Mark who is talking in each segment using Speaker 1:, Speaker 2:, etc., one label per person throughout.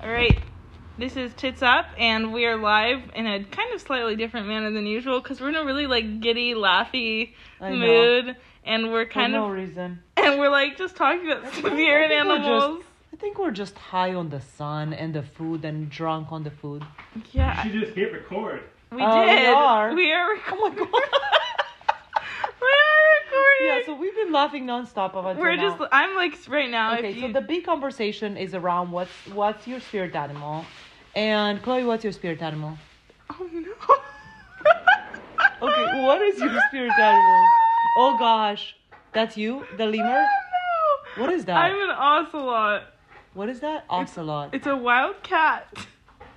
Speaker 1: All right, this is Tits Up, and we are live in a kind of slightly different manner than usual because we're in a really like giddy, laughy
Speaker 2: I know.
Speaker 1: mood, and we're
Speaker 2: For
Speaker 1: kind
Speaker 2: no
Speaker 1: of
Speaker 2: reason.
Speaker 1: and we're like just talking about weird
Speaker 2: I think we're
Speaker 1: animals.
Speaker 2: Just, I think we're just high on the sun and the food and drunk on the food.
Speaker 1: Yeah,
Speaker 3: She just hit record.
Speaker 1: we
Speaker 2: Uh, we
Speaker 1: did.
Speaker 2: are.
Speaker 1: We are
Speaker 2: Oh
Speaker 1: recording.
Speaker 2: my god.
Speaker 1: we are recording.
Speaker 2: yeah, so we've been laughing nonstop about
Speaker 1: we're just. I'm like right now.
Speaker 2: Okay,
Speaker 1: if
Speaker 2: so
Speaker 1: you-
Speaker 2: the big conversation is around what's what's your spirit animal? And Chloe, what's your spirit animal?
Speaker 1: Oh no.
Speaker 2: Okay, what is your spirit animal? Oh gosh. That's you? The lemur?
Speaker 1: No.
Speaker 2: What is that?
Speaker 1: I'm an ocelot.
Speaker 2: What is that? Ocelot.
Speaker 1: It's a wild cat.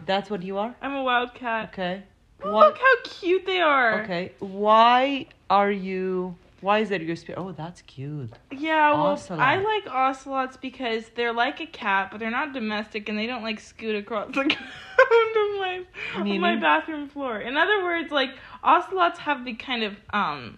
Speaker 2: That's what you are?
Speaker 1: I'm a wild cat.
Speaker 2: Okay.
Speaker 1: Look how cute they are.
Speaker 2: Okay. Why are you? Why is it your spirit? Oh, that's cute.
Speaker 1: Yeah, well,
Speaker 2: Ocelot.
Speaker 1: I like ocelots because they're like a cat, but they're not domestic and they don't like scoot across the ground of my, of my
Speaker 2: Meaning?
Speaker 1: bathroom floor. In other words, like ocelots have the kind of um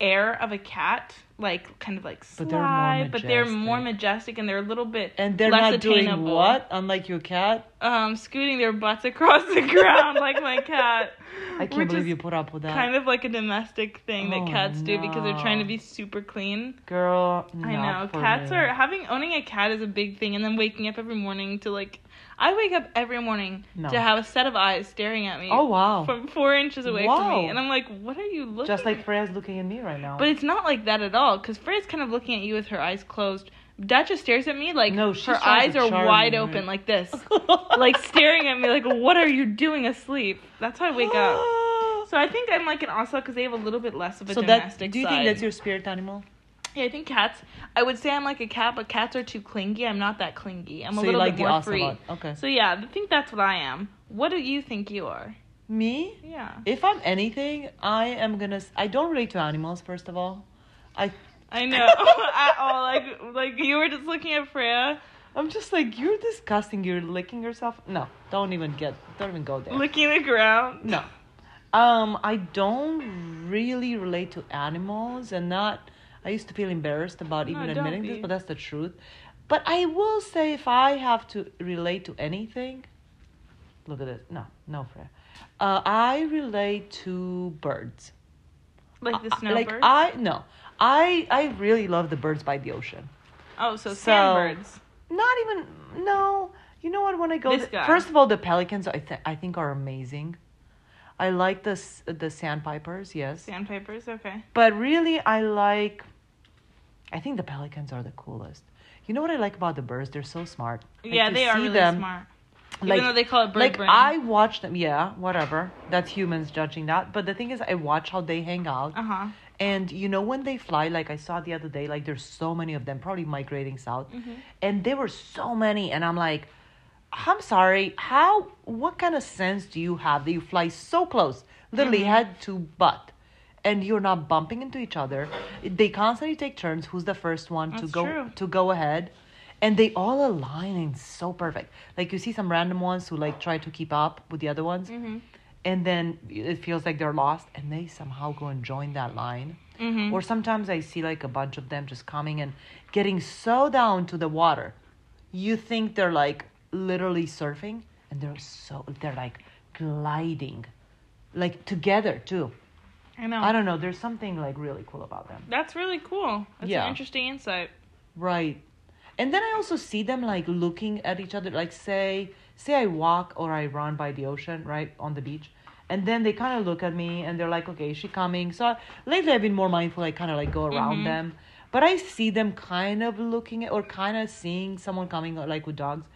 Speaker 1: air of a cat, like kind of like sly,
Speaker 2: But they're more
Speaker 1: but they're more
Speaker 2: majestic.
Speaker 1: majestic and they're a little bit
Speaker 2: And they're
Speaker 1: less
Speaker 2: not doing
Speaker 1: attainable.
Speaker 2: what? Unlike your cat.
Speaker 1: Um, scooting their butts across the ground like my cat.
Speaker 2: I can't
Speaker 1: which
Speaker 2: believe
Speaker 1: is
Speaker 2: you put up with that.
Speaker 1: Kind of like a domestic thing
Speaker 2: Oh,
Speaker 1: that cats do because they're trying to
Speaker 2: no.
Speaker 1: be super clean.
Speaker 2: Girl,
Speaker 1: I know.
Speaker 2: not for
Speaker 1: Cats
Speaker 2: me.
Speaker 1: are having owning a cat is a big thing and then waking up every morning to like I wake up every morning
Speaker 2: No.
Speaker 1: to have a set of eyes staring at me
Speaker 2: Oh wow.
Speaker 1: from four inches away from me.
Speaker 2: Wow.
Speaker 1: And I'm like, what are you looking
Speaker 2: Just like
Speaker 1: at?"
Speaker 2: Freya's looking at me right now.
Speaker 1: But it's not like that at all, because Freya's kind of looking at you with her eyes closed. Dacha stares at me like
Speaker 2: No, she's
Speaker 1: her
Speaker 2: trying
Speaker 1: eyes
Speaker 2: to
Speaker 1: are
Speaker 2: charm
Speaker 1: wide
Speaker 2: you,
Speaker 1: open
Speaker 2: right?
Speaker 1: like this. like staring at me like, what are you doing asleep? That's how I wake up. So I think I'm like an ocelot because they have a little bit less of a
Speaker 2: So that
Speaker 1: domestic
Speaker 2: do you
Speaker 1: side.
Speaker 2: think that's your spirit animal?
Speaker 1: Yeah, I think cats. I would say I'm like a cat, but cats are too clingy. I'm not that clingy. I'm
Speaker 2: so
Speaker 1: a
Speaker 2: you
Speaker 1: little
Speaker 2: like
Speaker 1: bit
Speaker 2: the
Speaker 1: more
Speaker 2: ocelot.
Speaker 1: free.
Speaker 2: Okay.
Speaker 1: So yeah, I think that's what I am. What do you think you are?
Speaker 2: me?
Speaker 1: Yeah,
Speaker 2: If I'm anything, I am gonna. s- I don't relate to animals. First of all, I
Speaker 1: I know at all. Like like you were just looking at Freya,
Speaker 2: I'm just like you're disgusting. You're licking yourself. No, don't even get. Don't even go there.
Speaker 1: licking the ground.
Speaker 2: No. Um, I don't really relate to animals and not I used to feel embarrassed about
Speaker 1: No,
Speaker 2: even
Speaker 1: don't
Speaker 2: admitting this,
Speaker 1: be.
Speaker 2: but that's the truth. But I will say if I have to relate to anything, look at it. No, no Freya. Uh, I relate to birds.
Speaker 1: like the
Speaker 2: I- I-
Speaker 1: snowbirds.
Speaker 2: Like I no. I I really love the birds by the ocean.
Speaker 1: oh, so,
Speaker 2: So-
Speaker 1: sandbirds.
Speaker 2: Not even no. You know what? When I go,
Speaker 1: This
Speaker 2: th-
Speaker 1: guy.
Speaker 2: first of all, the pelicans I th- I think are amazing. I like the s- the sandpipers, yes,
Speaker 1: Sandpipers. Okay.
Speaker 2: but really I like. I think the pelicans are the coolest. You know what I like about the birds? They're so smart. Like,
Speaker 1: yeah,
Speaker 2: to
Speaker 1: they are
Speaker 2: see
Speaker 1: really
Speaker 2: them-
Speaker 1: smart.
Speaker 2: Like,
Speaker 1: Even though they call it bird
Speaker 2: like
Speaker 1: brain.
Speaker 2: I watch them. Yeah, whatever. That's humans judging that. But the thing is, I watch how they hang out.
Speaker 1: Uh huh.
Speaker 2: And you know when they fly, like I saw the other day, like there's so many of them, probably migrating south,
Speaker 1: Mm-hmm.
Speaker 2: and there were so many, and I'm like, I'm sorry, how? What kind of sense do you have that you fly so close, literally
Speaker 1: Mm-hmm.
Speaker 2: head to butt, and you're not bumping into each other? They constantly take turns. Who's the first one to
Speaker 1: That's
Speaker 2: go
Speaker 1: true.
Speaker 2: to go ahead? And they all align and it's so perfect. Like you see some random ones who like try to keep up with the other ones, and then it feels like they're lost, and they somehow go and join that line.
Speaker 1: Mm-hmm.
Speaker 2: Or sometimes I see like a bunch of them just coming and getting so down to the water. You think they're like literally surfing and they're so they're like gliding. Like together too.
Speaker 1: I know.
Speaker 2: I don't know, there's something like really cool about them.
Speaker 1: That's really cool. That's an
Speaker 2: Yeah.
Speaker 1: interesting insight.
Speaker 2: Right. And then I also see them like looking at each other like say say I walk or I run by the ocean, right, on the beach. And then they kind of look at me and they're like, "Okay, is she coming?" So lately I've been more mindful. I kind of like go around
Speaker 1: Mhm.
Speaker 2: them. But I see them kind of looking at or kind of seeing someone coming uh, like with dogs.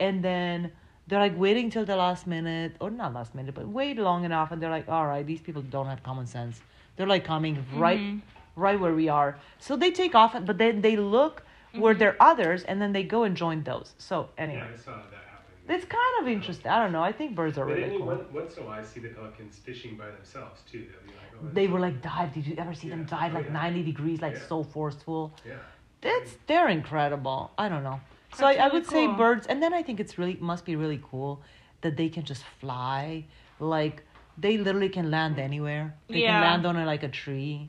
Speaker 2: And then they're like waiting till the last minute or not last minute, but wait long enough and they're like, "All right, these people don't have common sense." They're like coming right
Speaker 1: Mhm.
Speaker 2: right where we are. So they take off, but then they look where
Speaker 3: Mm-hmm.
Speaker 2: there are others, and then they go and join those. So anyway,
Speaker 3: Yeah, I saw that happening.
Speaker 2: it's kind of interesting. I don't know. I think birds are
Speaker 3: But
Speaker 2: really
Speaker 3: then you,
Speaker 2: cool.
Speaker 3: once, once in a while, I see the pelicans fishing by themselves too. They'll be like, oh,
Speaker 2: They were like dive. Did you ever see them
Speaker 3: Yeah.
Speaker 2: dive
Speaker 3: Oh,
Speaker 2: like
Speaker 3: yeah.
Speaker 2: 90 degrees, like
Speaker 3: Yeah.
Speaker 2: so forceful?
Speaker 3: yeah.
Speaker 2: That's they're incredible. I don't know. So
Speaker 1: That's
Speaker 2: I, I
Speaker 1: really
Speaker 2: would say
Speaker 1: cool.
Speaker 2: birds, and then I think it's really must be really cool that they can just fly, like they literally can land anywhere. They
Speaker 1: Yeah.
Speaker 2: can land on a, like a tree,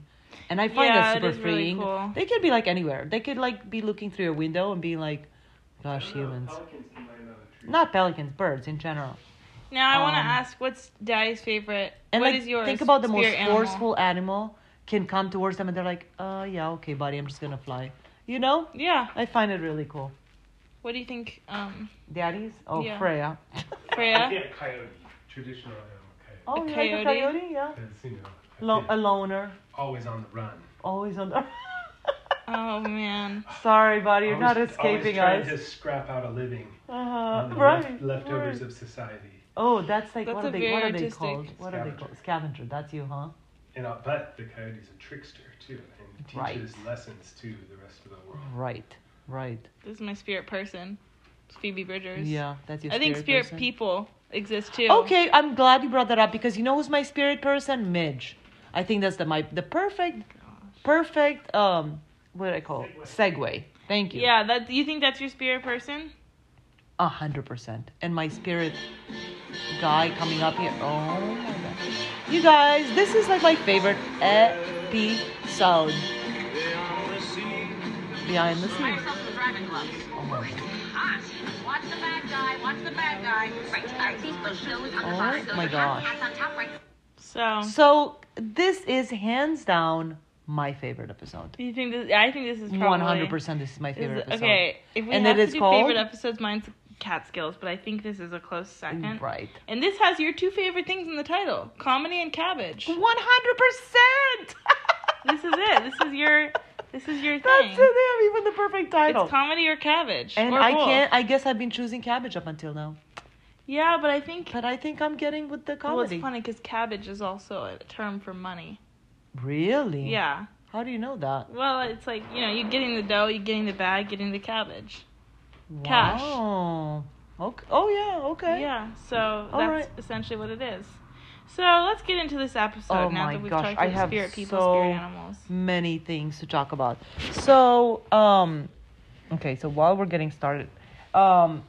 Speaker 2: and I find
Speaker 1: Yeah,
Speaker 2: that
Speaker 1: it
Speaker 2: super
Speaker 1: is really
Speaker 2: freeing.
Speaker 1: cool.
Speaker 2: They could be like anywhere. They could like be looking through a window and be like, "Gosh,
Speaker 3: I don't know,
Speaker 2: humans."
Speaker 3: Pelicans can land on a
Speaker 2: Not pelicans, birds in general.
Speaker 1: Now I want to
Speaker 2: Um,
Speaker 1: ask, what's Daddy's favorite? What
Speaker 2: And
Speaker 1: is
Speaker 2: like,
Speaker 1: yours?
Speaker 2: think about the most
Speaker 1: spirit animal?
Speaker 2: forceful animal can come towards them and they're like, uh, yeah, okay, buddy, I'm just gonna fly. You know?
Speaker 1: Yeah.
Speaker 2: I find it really cool.
Speaker 1: What do you think? Um,
Speaker 2: Daddies? Oh,
Speaker 1: Yeah.
Speaker 2: Freya.
Speaker 1: Freya.
Speaker 3: Yeah, coyote. Traditional animal
Speaker 2: Oh,
Speaker 1: A
Speaker 2: you like
Speaker 1: coyote?
Speaker 2: a coyote? Yeah.
Speaker 3: coyote. That's, you know, a
Speaker 2: Lo-
Speaker 3: bit
Speaker 2: a loner.
Speaker 3: always on the run.
Speaker 2: Always on the.
Speaker 1: Oh man.
Speaker 2: Sorry, buddy, you're not
Speaker 3: Always-
Speaker 2: escaping
Speaker 3: always
Speaker 2: us.
Speaker 3: Trying to scrap out a living.
Speaker 2: Uh,
Speaker 3: on the
Speaker 2: right.
Speaker 3: left- leftovers
Speaker 2: right.
Speaker 3: of society.
Speaker 2: Oh, that's like
Speaker 1: That's
Speaker 2: what are
Speaker 1: a
Speaker 2: they? What
Speaker 1: very
Speaker 2: are they
Speaker 1: artistic
Speaker 2: called? What are they
Speaker 3: scavenger.
Speaker 2: called? Scavenger. That's you, huh?
Speaker 3: And uh, but the coyote's a trickster too, and
Speaker 2: Right.
Speaker 3: teaches lessons to the rest of the world.
Speaker 2: Right. Right.
Speaker 1: This is my spirit person. It's Phoebe Bridgers.
Speaker 2: Yeah, that's your.
Speaker 1: I think spirit
Speaker 2: person.
Speaker 1: people exist too.
Speaker 2: Okay, I'm glad you brought that up because you know who's my spirit person? Midge. I think that's the my the perfect,
Speaker 1: Oh
Speaker 2: perfect um what do I call it? segue. Thank you.
Speaker 1: Yeah. That. Do you think that's your spirit person?
Speaker 2: A hundred percent. And my spirit guy coming up here. Oh my god. You guys, this is like my favorite episode. Behind the
Speaker 4: Buy
Speaker 2: scenes. Oh
Speaker 4: yourself some driving gloves. Hot. Watch the bad guy. Watch the bad guy. Right. Alright, these push those on the
Speaker 2: Oh
Speaker 4: bottom.
Speaker 2: my
Speaker 4: Those
Speaker 2: gosh.
Speaker 4: hats on top, right.
Speaker 1: So.
Speaker 2: So this is hands down my favorite episode.
Speaker 1: do you think this? I think this is probably
Speaker 2: One hundred percent this is my
Speaker 1: is-
Speaker 2: favorite episode.
Speaker 1: Okay. If we
Speaker 2: And
Speaker 1: have
Speaker 2: it
Speaker 1: to
Speaker 2: is
Speaker 1: do
Speaker 2: called-
Speaker 1: favorite episodes, mine's Catskills, but I think this is a close second.
Speaker 2: Right.
Speaker 1: And this has your two favorite things in the title: comedy and cabbage.
Speaker 2: One hundred percent.
Speaker 1: This is it. This is your. This is your thing.
Speaker 2: That's it. They have even the perfect title.
Speaker 1: It's comedy or cabbage.
Speaker 2: and
Speaker 1: or
Speaker 2: I
Speaker 1: both.
Speaker 2: can't. I guess I've been choosing cabbage up until now,
Speaker 1: Yeah, but I think
Speaker 2: but I think I'm getting with the
Speaker 1: well, it's
Speaker 2: comedy.
Speaker 1: funny because cabbage is also a term for money.
Speaker 2: Really?
Speaker 1: Yeah.
Speaker 2: How do you know that?
Speaker 1: Well, it's like you know, you're getting the dough, you're getting the bag, getting the cabbage. Cash.
Speaker 2: Wow. Okay. Oh yeah. Okay.
Speaker 1: Yeah. So
Speaker 2: All
Speaker 1: that's
Speaker 2: right.
Speaker 1: essentially what it is. So let's get into this episode
Speaker 2: Oh
Speaker 1: now
Speaker 2: my
Speaker 1: that we've
Speaker 2: gosh,
Speaker 1: talked
Speaker 2: I
Speaker 1: about
Speaker 2: have
Speaker 1: spirit people,
Speaker 2: so
Speaker 1: spirit animals.
Speaker 2: Many things to talk about. So um, okay. So while we're getting started, um,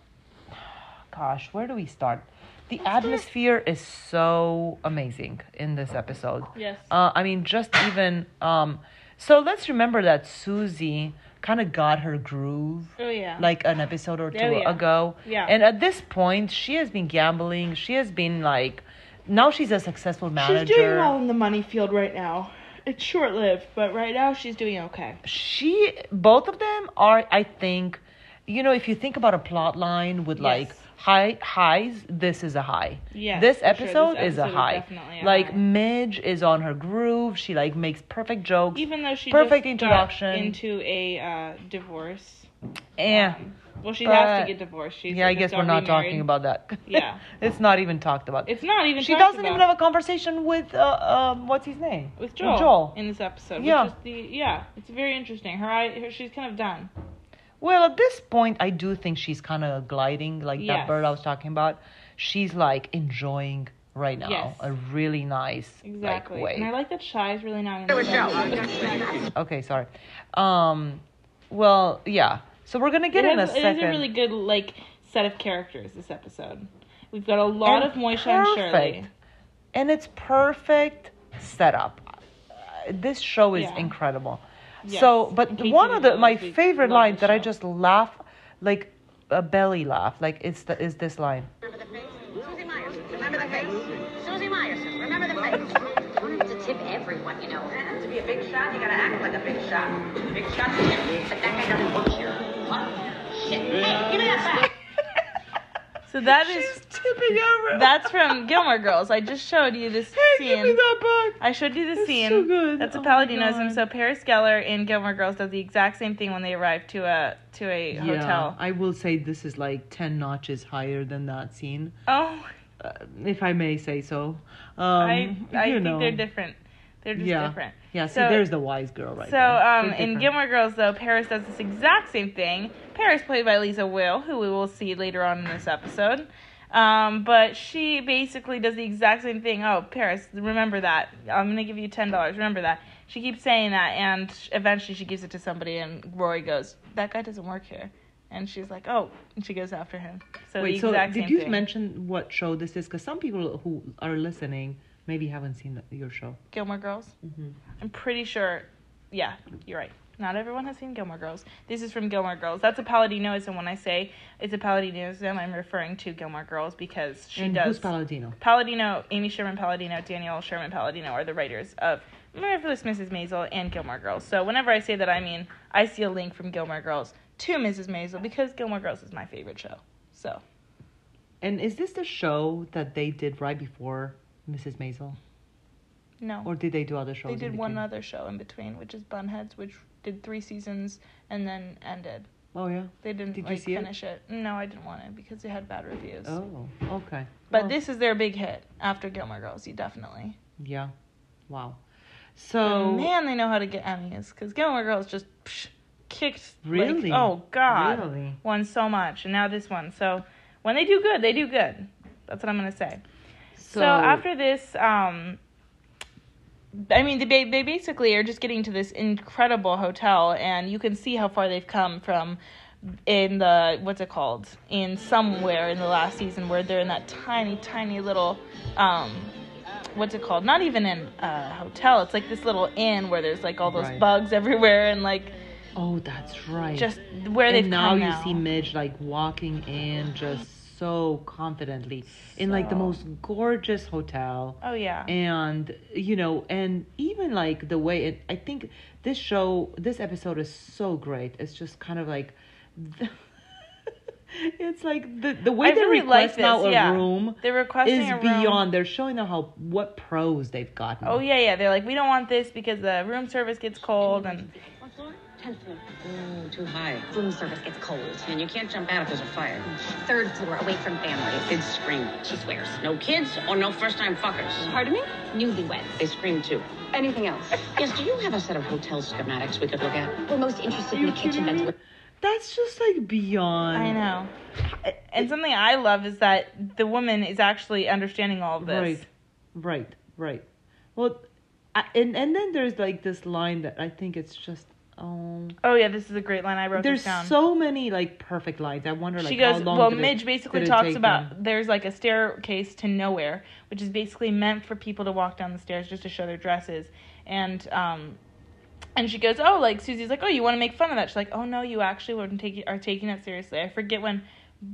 Speaker 2: gosh, where do we start? The atmosphere is so amazing in this episode.
Speaker 1: Yes.
Speaker 2: Uh, I mean, just even. Um, so let's remember that Susie kind of got her groove
Speaker 1: oh yeah.
Speaker 2: like an episode or two
Speaker 1: Oh, yeah.
Speaker 2: ago.
Speaker 1: Yeah.
Speaker 2: And at this point, she has been gambling. She has been like, now she's a successful manager.
Speaker 1: She's doing well in the money field right now. It's short lived, but right now she's doing okay.
Speaker 2: she both of them are i think you know if you think about a plot line with like
Speaker 1: Yes.
Speaker 2: high highs this is a high
Speaker 1: Yes,
Speaker 2: this
Speaker 1: for sure. This
Speaker 2: episode, is a
Speaker 1: episode is
Speaker 2: high
Speaker 1: definitely a
Speaker 2: like
Speaker 1: high.
Speaker 2: midge is on her groove she like makes perfect jokes
Speaker 1: Even though she
Speaker 2: Perfect
Speaker 1: just
Speaker 2: introduction.
Speaker 1: got into a uh, divorce.
Speaker 2: Eh.
Speaker 1: Well, she
Speaker 2: But-
Speaker 1: has to get divorced. She's
Speaker 2: yeah i
Speaker 1: like,
Speaker 2: guess
Speaker 1: got
Speaker 2: we're not
Speaker 1: remarried.
Speaker 2: talking about that
Speaker 1: Yeah.
Speaker 2: it's not even talked about
Speaker 1: It's not even.
Speaker 2: she
Speaker 1: talked
Speaker 2: doesn't even
Speaker 1: about
Speaker 2: have a conversation with uh um what's his name
Speaker 1: with Joel,
Speaker 2: joel
Speaker 1: in this episode.
Speaker 2: Yeah.
Speaker 1: Which is the, yeah. It's very interesting. Her eye. Her, she's kind of done.
Speaker 2: Well, at this point, I do think she's kind of gliding, like that
Speaker 1: Yes.
Speaker 2: bird I was talking about. She's like enjoying right now
Speaker 1: Yes.
Speaker 2: a really nice
Speaker 1: Exactly.
Speaker 2: like, way.
Speaker 1: And I like that Shy's really not in this episode.
Speaker 2: okay, sorry. Um, well, yeah. So we're gonna get
Speaker 1: It
Speaker 2: in
Speaker 1: has-
Speaker 2: a
Speaker 1: it
Speaker 2: second.
Speaker 1: is a really good like set of characters. This episode. We've got a lot of
Speaker 2: And
Speaker 1: Moisha and Shirley.
Speaker 2: perfect. And it's perfect setup. Uh, This show is
Speaker 1: Yeah.
Speaker 2: incredible.
Speaker 1: Yes.
Speaker 2: So, but
Speaker 1: In case
Speaker 2: one
Speaker 1: you
Speaker 2: of
Speaker 1: didn't
Speaker 2: the my
Speaker 1: realize, we
Speaker 2: favorite
Speaker 1: love this
Speaker 2: lines that I
Speaker 1: show.
Speaker 2: just laugh, like a belly laugh, like it's the, is this line.
Speaker 4: Remember the face? Susie Myers. Remember the face? Susie Myers. Remember the face? Wanted to tip everyone, you know. To be a big shot, you gotta act like a big shot. Big shot to tip. But that guy doesn't work here. What? Shit. Hey, give me that back.
Speaker 1: So that is
Speaker 2: She's tipping over.
Speaker 1: that's from Gilmore Girls. I just showed you this
Speaker 2: Hey,
Speaker 1: scene.
Speaker 2: give me that book.
Speaker 1: I showed you the
Speaker 2: It's
Speaker 1: scene.
Speaker 2: so good.
Speaker 1: That's a
Speaker 2: Oh my
Speaker 1: Paladinism.
Speaker 2: God.
Speaker 1: So Paris Geller in Gilmore Girls does the exact same thing when they arrive to a to a hotel.
Speaker 2: I will say this is like ten notches higher than that scene,
Speaker 1: Oh,
Speaker 2: uh, if I may say so. Um,
Speaker 1: I I
Speaker 2: you
Speaker 1: think
Speaker 2: know.
Speaker 1: they're different. They're just
Speaker 2: yeah.
Speaker 1: different.
Speaker 2: Yeah. See,
Speaker 1: So-
Speaker 2: there's the wise girl right
Speaker 1: So
Speaker 2: there.
Speaker 1: um,
Speaker 2: They're
Speaker 1: in
Speaker 2: different.
Speaker 1: Gilmore Girls, though, Paris does this exact same thing. Paris, played by Lisa Will, who we will see later on in this episode. Um, but she basically does the exact same thing. Oh, Paris, remember that. I'm going to give you $10. Remember that. She keeps saying that, and eventually she gives it to somebody, and Rory goes, That guy doesn't work here. And she's like, Oh, and she goes after him. So
Speaker 2: Wait,
Speaker 1: the
Speaker 2: so
Speaker 1: exact
Speaker 2: did
Speaker 1: same
Speaker 2: you
Speaker 1: thing.
Speaker 2: mention what show this is? Because some people who are listening maybe haven't seen the, your show. Mm-hmm.
Speaker 1: Gilmore Girls? I'm pretty sure. Yeah, you're right. Not everyone has seen Gilmore Girls. This is from Gilmore Girls. That's a Paladinosism. When I say it's a Paladinosism, I'm referring to Gilmore Girls because she
Speaker 2: and
Speaker 1: does.
Speaker 2: who's Paladino?
Speaker 1: Palladino, Amy Sherman Palladino, Danielle Sherman Palladino are the writers of Marvelous Mrs. Maisel and Gilmore Girls. So whenever I say that, I mean I see a link from Gilmore Girls to Mrs. Maisel because Gilmore Girls is my favorite show. So
Speaker 2: And is this the show that they did right before Mrs. Maisel,
Speaker 1: no,
Speaker 2: or did they do other shows?
Speaker 1: they
Speaker 2: in
Speaker 1: did one
Speaker 2: between?
Speaker 1: other show in between, which is Bunheads, which did three seasons and then ended.
Speaker 2: Oh yeah.
Speaker 1: They didn't
Speaker 2: Did you
Speaker 1: like
Speaker 2: see it?
Speaker 1: finish it? No, I didn't want it because it had bad reviews.
Speaker 2: Oh, okay.
Speaker 1: But
Speaker 2: Well,
Speaker 1: this is their big hit after Gilmore Girls. You definitely.
Speaker 2: Oh, Yeah. Wow.
Speaker 1: Oh
Speaker 2: So
Speaker 1: man, they know how to get Emmys because Gilmore Girls just psh, kicked. like,
Speaker 2: Really?
Speaker 1: oh God,
Speaker 2: Really?
Speaker 1: won so much, and now this one. So when they do good, they do good. That's what I'm gonna say. So, after this, um, I mean, they they basically are just getting to this incredible hotel, and you can see how far they've come from in the what's it called in somewhere in the last season where they're in that tiny tiny little um what's it called not even in a hotel it's like this little inn where there's like all those
Speaker 2: Right.
Speaker 1: bugs everywhere and like
Speaker 2: Oh, that's right.
Speaker 1: just where they've
Speaker 2: and now
Speaker 1: come
Speaker 2: you
Speaker 1: now.
Speaker 2: see Midge like walking in just so confidently in like the
Speaker 1: So-
Speaker 2: most gorgeous hotel.
Speaker 1: oh yeah
Speaker 2: and you know and even like the way it i think this show this episode is so great it's just kind of like the, it's like the, the way
Speaker 1: I
Speaker 2: they
Speaker 1: really like
Speaker 2: request now
Speaker 1: this,
Speaker 2: a
Speaker 1: yeah.
Speaker 2: room
Speaker 1: they're requesting
Speaker 2: is
Speaker 1: a room.
Speaker 2: beyond they're showing them how what pros they've gotten
Speaker 1: oh yeah yeah they're like we don't want this because the room service gets cold and
Speaker 4: What floor? Tenth floor.
Speaker 5: Ooh, too high.
Speaker 4: Room service gets cold.
Speaker 5: And you can't jump out if there's a fire.
Speaker 4: Third floor, away from family.
Speaker 5: Kids scream.
Speaker 4: She swears.
Speaker 5: No kids or no first time fuckers.
Speaker 4: Pardon me? Newlyweds.
Speaker 5: They scream too.
Speaker 4: Anything else?
Speaker 5: Yes, do you have a set of hotel schematics we could look at?
Speaker 4: We're most interested in the kitchen that's with
Speaker 2: that's just like beyond
Speaker 1: I know. And something I love is that the woman is actually understanding all of this.
Speaker 2: Right, right, right. Well, I, and and then there's like this line that I think it's just oh.
Speaker 1: Oh yeah, this is a great line. I wrote
Speaker 2: There's
Speaker 1: this down.
Speaker 2: so many like perfect lines. I wonder like
Speaker 1: she
Speaker 2: how
Speaker 1: goes.
Speaker 2: long.
Speaker 1: Well,
Speaker 2: did it-
Speaker 1: Midge basically
Speaker 2: did it
Speaker 1: talks
Speaker 2: take
Speaker 1: about
Speaker 2: them?
Speaker 1: there's like a staircase to nowhere, which is basically meant for people to walk down the stairs just to show their dresses. And um, and she goes, oh, like Susie's like, oh, you want to make fun of that? She's like, oh no, you actually weren't taking are taking it seriously. I forget when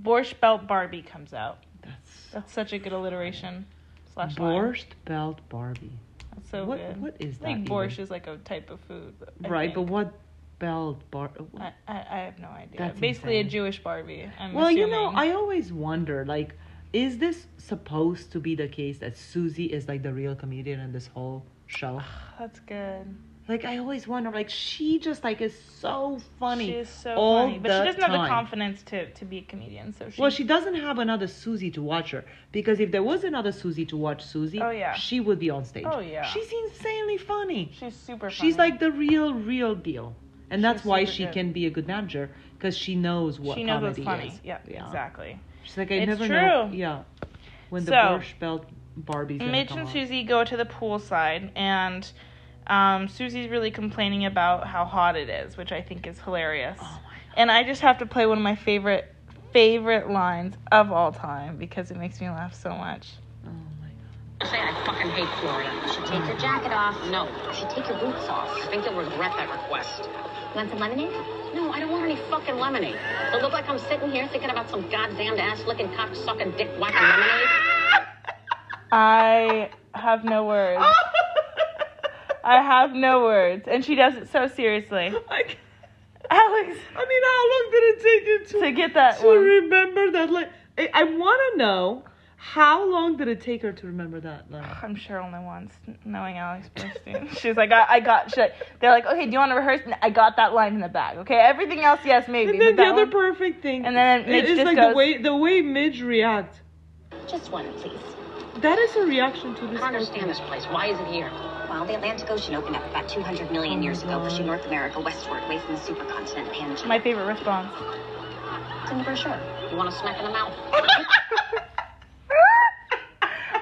Speaker 1: Borscht Belt Barbie comes out.
Speaker 2: That's
Speaker 1: That's such a good alliteration. Slash line.
Speaker 2: Borscht Belt Barbie.
Speaker 1: That's so
Speaker 2: what
Speaker 1: good.
Speaker 2: what is that?
Speaker 1: I think
Speaker 2: even?
Speaker 1: borscht is like a type of food. I
Speaker 2: right, but
Speaker 1: think.
Speaker 2: what Belt Bar? uh,
Speaker 1: I, I, I have no idea.
Speaker 2: That's
Speaker 1: Basically, a
Speaker 2: insane.
Speaker 1: Jewish Barbie. I'm
Speaker 2: Well, you know,
Speaker 1: assuming.
Speaker 2: I always wonder like, is this supposed to be the case that Susie is like the real comedian in this whole show?
Speaker 1: That's good.
Speaker 2: Like I always wonder, like she just like is so funny.
Speaker 1: She is so
Speaker 2: all
Speaker 1: funny, but she
Speaker 2: the
Speaker 1: doesn't have the
Speaker 2: time.
Speaker 1: confidence to, to be a comedian. So she.
Speaker 2: Well, she doesn't have another Susie to watch her because if there was another Susie to watch Susie,
Speaker 1: Oh, yeah.
Speaker 2: she would be on stage.
Speaker 1: Oh, yeah.
Speaker 2: she's insanely funny.
Speaker 1: she's super. Funny.
Speaker 2: She's like the real, real deal, and that's
Speaker 1: She's
Speaker 2: why
Speaker 1: super
Speaker 2: she
Speaker 1: good.
Speaker 2: can be a good manager because she knows what
Speaker 1: she knows what's
Speaker 2: comedy
Speaker 1: funny.
Speaker 2: is.
Speaker 1: Yeah, exactly.
Speaker 2: She's like, I
Speaker 1: It's
Speaker 2: never know.
Speaker 1: true.
Speaker 2: Yeah, when the
Speaker 1: So,
Speaker 2: Borscht Belt Barbie's gonna
Speaker 1: Midge
Speaker 2: come
Speaker 1: and
Speaker 2: out.
Speaker 1: Susie go to the poolside, and um, Susie's really complaining about how hot it is, which I think is hilarious.
Speaker 2: Oh my
Speaker 1: And I just have to play one of my favorite favorite lines of all time because it makes me laugh so much.
Speaker 2: god! Oh my god!
Speaker 5: Say I fucking hate Florida.
Speaker 4: You should take your jacket off.
Speaker 5: No.
Speaker 4: You should take your boots
Speaker 5: I
Speaker 4: off.
Speaker 5: think you'll regret that request.
Speaker 4: You want some lemonade?
Speaker 5: No, I don't want any fucking lemonade. It'll look like I'm sitting here thinking about some goddamn ass licking cock sucking dick whacking lemonade.
Speaker 1: I have no words. I have no words. And she does it so seriously.
Speaker 2: I, can't-
Speaker 1: Alex,
Speaker 2: I mean, how long did it take you to
Speaker 1: to get that
Speaker 2: to
Speaker 1: one.
Speaker 2: remember that? Like, I, I want to know how long did it take her to remember that? Like,
Speaker 1: I'm sure only once, knowing Alex Bernstein. She's like, I, I got shit. They're like, okay, do you want to rehearse? I got that line in the bag. Okay, everything else, yes, maybe.
Speaker 2: And then
Speaker 1: but
Speaker 2: the
Speaker 1: that
Speaker 2: other
Speaker 1: one-
Speaker 2: perfect thing.
Speaker 1: And then
Speaker 2: i-
Speaker 1: Midge
Speaker 2: is
Speaker 1: just
Speaker 2: like
Speaker 1: goes-
Speaker 2: the way the way Midge reacts.
Speaker 4: Just one, please.
Speaker 2: That is her reaction to
Speaker 5: I
Speaker 2: this.
Speaker 5: don't understand this place. Why is it here?
Speaker 4: Well, the Atlantic Ocean opened up about 200 million years ago, pushing North America westward, away from the supercontinent Pangea.
Speaker 1: my favorite response.
Speaker 4: It's in the brochure.
Speaker 5: You want to smack in the mouth?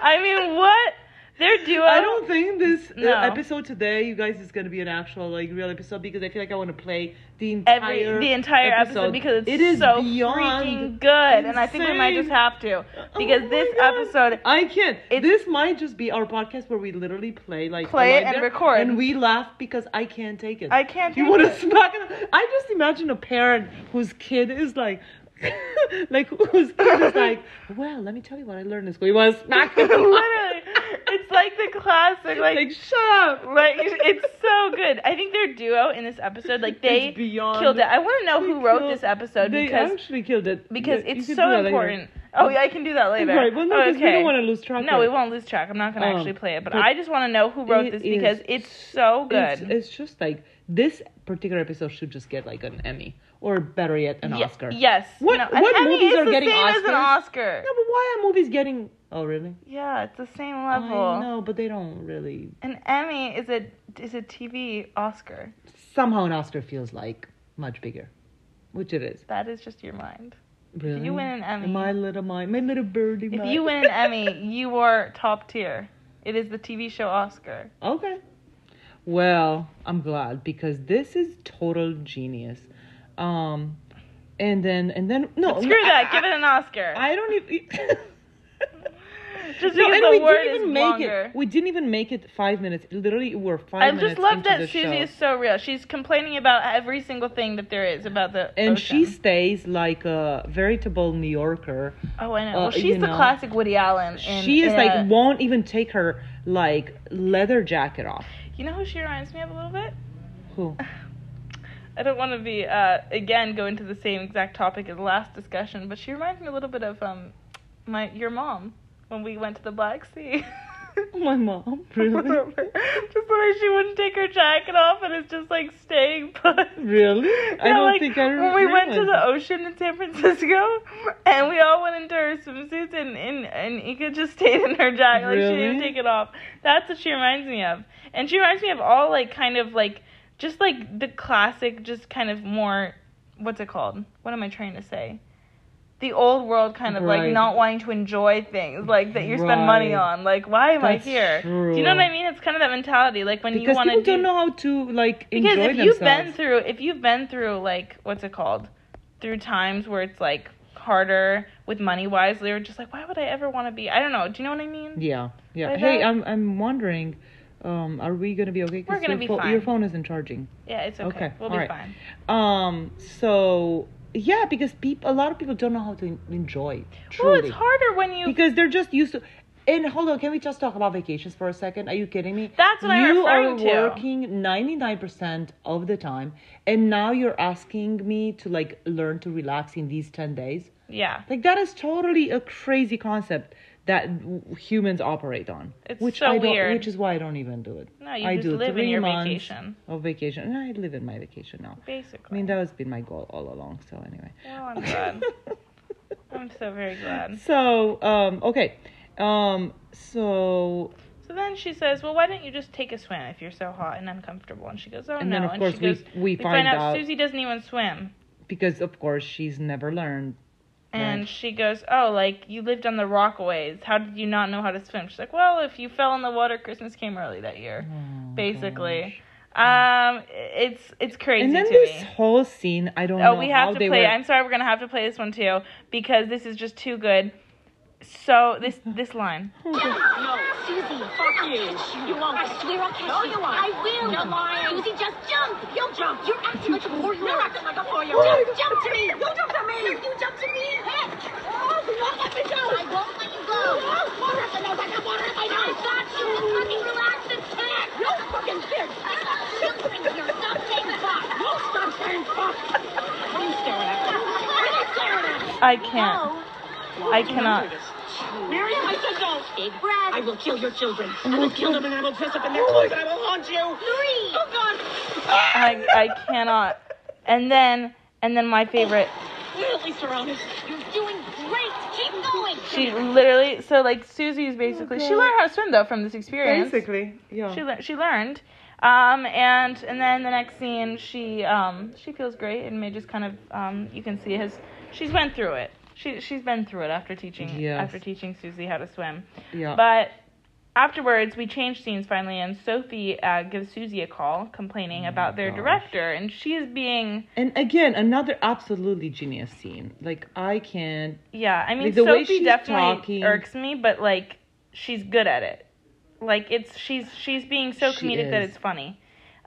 Speaker 1: I mean, what? They're duo.
Speaker 2: I don't think this uh,
Speaker 1: Um, No.
Speaker 2: episode today, you guys, is gonna be an actual like real episode because I feel like I want to play the entire
Speaker 1: Every the entire episode, because it's
Speaker 2: It is
Speaker 1: so
Speaker 2: beyond
Speaker 1: freaking good, and I think we might just
Speaker 2: insane.
Speaker 1: have to. because
Speaker 2: Oh my
Speaker 1: this
Speaker 2: God.
Speaker 1: episode
Speaker 2: I can't.
Speaker 1: It's-
Speaker 2: this might just be our podcast where we literally play like
Speaker 1: Play
Speaker 2: a
Speaker 1: it
Speaker 2: live
Speaker 1: and
Speaker 2: there,
Speaker 1: record.
Speaker 2: and we laugh because I can't take it.
Speaker 1: I can't
Speaker 2: You
Speaker 1: take
Speaker 2: want to
Speaker 1: it.
Speaker 2: smack? it. I just imagine a parent whose kid is like. like whose kid is like, well, let me tell you what I learned in school. You want to smack him?
Speaker 1: literally it's like the classic like
Speaker 2: like shut up.
Speaker 1: like it's so good. I think their duo in this episode, like they
Speaker 2: It's beyond-
Speaker 1: killed it. I want to know
Speaker 2: They
Speaker 1: who wrote
Speaker 2: killed-
Speaker 1: this episode
Speaker 2: they
Speaker 1: because
Speaker 2: actually killed it.
Speaker 1: because
Speaker 2: Yeah, you
Speaker 1: it's
Speaker 2: can do
Speaker 1: so
Speaker 2: that later.
Speaker 1: important. Oh yeah, I can do that later.
Speaker 2: Right, well, no, 'cause we
Speaker 1: okay.
Speaker 2: don't wanna lose track
Speaker 1: No,
Speaker 2: of
Speaker 1: we
Speaker 2: it.
Speaker 1: won't lose track. I'm not gonna
Speaker 2: Um,
Speaker 1: actually play it, but
Speaker 2: but
Speaker 1: I just want to know who wrote
Speaker 2: it
Speaker 1: this
Speaker 2: is
Speaker 1: because it's so
Speaker 2: It's-
Speaker 1: good.
Speaker 2: It's, just like this particular episode should just get like an Emmy or better yet, an
Speaker 1: Ye-
Speaker 2: Oscar.
Speaker 1: Yes.
Speaker 2: What-
Speaker 1: No, an
Speaker 2: what
Speaker 1: Emmy
Speaker 2: movies
Speaker 1: is
Speaker 2: are
Speaker 1: the
Speaker 2: getting
Speaker 1: same as an
Speaker 2: Oscars?
Speaker 1: Oscar.
Speaker 2: No, but why are movies getting? Oh, really?
Speaker 1: Yeah, it's the same
Speaker 2: I
Speaker 1: level.
Speaker 2: know, but they don't really.
Speaker 1: An Emmy is a is a TV Oscar.
Speaker 2: Somehow, an Oscar feels like much bigger, which it is.
Speaker 1: That is just your mind.
Speaker 2: Really?
Speaker 1: win an Emmy-
Speaker 2: my little mind, my little birdie.
Speaker 1: If
Speaker 2: mind.
Speaker 1: you win an Emmy, you are top tier. It is the TV show Oscar.
Speaker 2: Okay. Well, I'm glad because this is total genius. Um, and then and then no.
Speaker 1: Screw
Speaker 2: no,
Speaker 1: that.
Speaker 2: I-
Speaker 1: Give it an Oscar.
Speaker 2: I, I don't even.
Speaker 1: Just
Speaker 2: No,
Speaker 1: because
Speaker 2: and we
Speaker 1: the word
Speaker 2: didn't
Speaker 1: is
Speaker 2: even make
Speaker 1: longer.
Speaker 2: it. We didn't even make it five minutes. Literally, we're five
Speaker 1: I
Speaker 2: minutes
Speaker 1: just love
Speaker 2: into the
Speaker 1: that Susie
Speaker 2: show.
Speaker 1: is so real. She's complaining about every single thing that there is about the
Speaker 2: and she
Speaker 1: ocean.
Speaker 2: stays like a veritable New Yorker.
Speaker 1: oh, I know.
Speaker 2: uh,
Speaker 1: well, she's
Speaker 2: you
Speaker 1: the
Speaker 2: know.
Speaker 1: classic Woody Allen. in-
Speaker 2: she is
Speaker 1: in
Speaker 2: like
Speaker 1: a-
Speaker 2: won't even take her like leather jacket off.
Speaker 1: you know who she reminds me of a little bit?
Speaker 2: Who?
Speaker 1: I don't want to be uh, again go into the same exact topic as last discussion, but she reminds me a little bit of um my your mom when we went to the Black Sea.
Speaker 2: My mom. Really?
Speaker 1: just the way she wouldn't take her jacket off and it's just like staying put.
Speaker 2: really? I
Speaker 1: Yeah,
Speaker 2: don't
Speaker 1: like,
Speaker 2: think I
Speaker 1: When we went to
Speaker 2: realized
Speaker 1: the
Speaker 2: that.
Speaker 1: ocean in San Francisco and we all went into her swimsuits and, and, and Ika just stayed in her jacket. Like she didn't
Speaker 2: Really?
Speaker 1: take it off. That's what she reminds me of. And she reminds me of all like kind of like just like the classic, just kind of more what's it called? What am I trying to say? The old world kind of like
Speaker 2: Right.
Speaker 1: not wanting to enjoy things like that you spend money
Speaker 2: Right.
Speaker 1: on. Like why am
Speaker 2: That's
Speaker 1: I here? Do you know
Speaker 2: true.
Speaker 1: what I mean? It's kind of that mentality. Like when you
Speaker 2: because
Speaker 1: want to
Speaker 2: people
Speaker 1: do
Speaker 2: don't know how to like
Speaker 1: because
Speaker 2: enjoy
Speaker 1: if
Speaker 2: themselves.
Speaker 1: you've been through if you've been through like what's it called through times where it's like harder with money wise they're just like why would i ever want to be i don't know do you know what i mean
Speaker 2: yeah, yeah.
Speaker 1: Like
Speaker 2: Hey,
Speaker 1: that.
Speaker 2: I'm I'm wondering, um, are we gonna be okay? 'Cause
Speaker 1: We're gonna
Speaker 2: your
Speaker 1: be
Speaker 2: pho-
Speaker 1: fine.
Speaker 2: Your phone isn't charging.
Speaker 1: yeah it's okay,
Speaker 2: Okay,
Speaker 1: we'll be
Speaker 2: alright.
Speaker 1: fine
Speaker 2: Um. So yeah, because people, a lot of people don't know how to en- enjoy. Truly.
Speaker 1: well it's harder when you
Speaker 2: because they're just used to. And hold on, can we just talk about vacations for a second? Are you kidding me?
Speaker 1: That's what I'm
Speaker 2: you
Speaker 1: referring to.
Speaker 2: You are working ninety nine percent of the time, and now you're asking me to like learn to relax in these ten days.
Speaker 1: yeah
Speaker 2: Like that is totally a crazy concept that w- humans operate on.
Speaker 1: It's
Speaker 2: which
Speaker 1: so
Speaker 2: I don't,
Speaker 1: weird.
Speaker 2: Which is why I don't even do it.
Speaker 1: No, you
Speaker 2: I
Speaker 1: just
Speaker 2: do
Speaker 1: live in
Speaker 2: three
Speaker 1: your
Speaker 2: months
Speaker 1: vacation.
Speaker 2: Of vacation, and I live in my vacation now.
Speaker 1: basically
Speaker 2: I mean, that has been my goal all along. So anyway.
Speaker 1: well i'm glad i'm so very glad
Speaker 2: so um, okay, um, so
Speaker 1: so then she says well why don't you just take a swim if you're so hot and uncomfortable and she goes oh
Speaker 2: And
Speaker 1: no
Speaker 2: then, of
Speaker 1: and
Speaker 2: course,
Speaker 1: she
Speaker 2: we-
Speaker 1: goes
Speaker 2: we
Speaker 1: find
Speaker 2: find
Speaker 1: out,
Speaker 2: out-
Speaker 1: susie doesn't even swim
Speaker 2: because of course she's never learned.
Speaker 1: And
Speaker 2: Right.
Speaker 1: she goes, Oh, like you lived on the Rockaways. How did you not know how to swim? She's like, Well, if you fell in the water, Christmas came early that year.
Speaker 2: Oh,
Speaker 1: basically. Um it's it's crazy
Speaker 2: Hmm. And then
Speaker 1: to
Speaker 2: this
Speaker 1: me.
Speaker 2: whole scene, I don't know
Speaker 1: Oh, we
Speaker 2: how
Speaker 1: have to
Speaker 2: they
Speaker 1: play
Speaker 2: were.
Speaker 1: I'm sorry we're gonna have to play this one too, because this is just too good. So this this line.
Speaker 5: No, Susie, fuck you. You won't. I swear I'll catch you. No, you won't. I will. No lying. Susie, just jump. You'll jump. You're acting like a four-year-old. You're acting like a four-year-old. Jump, jump to me. You jump to me. You jump to me. Heck. Oh, do not let me go. I won't let you go. No, water at the nose. I got water at my nose. I got you. Fucking relax and check. No fucking bitch. I got children here. Stop saying fuck. No, stop saying fuck. What are you staring at? What are you staring at?
Speaker 1: I can't. I cannot.
Speaker 5: Mary, I said no. Big breath. I will kill your children. I will kill them and I will dress up in
Speaker 2: Oh
Speaker 5: their clothes and I will haunt you. Marie. Oh God.
Speaker 1: I I cannot. And then and then my favorite
Speaker 5: Well, at least we're honest. You're doing great. Keep going.
Speaker 1: she literally so like Susie's basically she learned how to swim though from this experience.
Speaker 2: basically, yeah.
Speaker 1: she lear she learned um and and then the next scene she um she feels great and may just kind of um you can see his she's went through it she she's been through it after teaching
Speaker 2: Yes.
Speaker 1: after teaching susie how to swim
Speaker 2: yeah.
Speaker 1: but Afterwards, we change scenes finally, and Sophie uh, gives Susie a call
Speaker 2: Oh
Speaker 1: complaining about their director, and she is being
Speaker 2: And again, another absolutely genius scene. Like I can't.
Speaker 1: yeah. I mean,
Speaker 2: Like, the
Speaker 1: Sophie
Speaker 2: way she's
Speaker 1: definitely
Speaker 2: talking-
Speaker 1: irks me, but like she's good at it. Like it's she's she's being so
Speaker 2: She
Speaker 1: comedic that
Speaker 2: is.
Speaker 1: it's funny.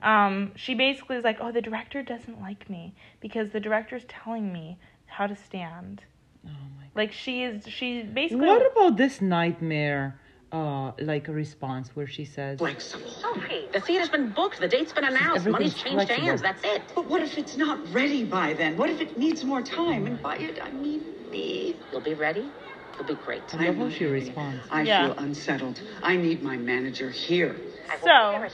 Speaker 1: Um, she basically is like, "Oh, the director doesn't like me because the director's telling me how to stand."
Speaker 2: Oh my.
Speaker 1: Like she is she basically
Speaker 2: What about this nightmare? Uh, like response where she says,
Speaker 4: Like Sophie, the theater's been booked. The date's been announced.
Speaker 2: everything's
Speaker 4: Money's changed
Speaker 2: flexible.
Speaker 4: hands. That's it.
Speaker 6: But what if it's not ready by then? What if it needs more time? And by it, I mean me.
Speaker 4: You'll be ready. You'll be great.
Speaker 2: I love how she responds.
Speaker 6: I
Speaker 1: Yeah.
Speaker 6: feel unsettled. I need my manager here.
Speaker 1: so.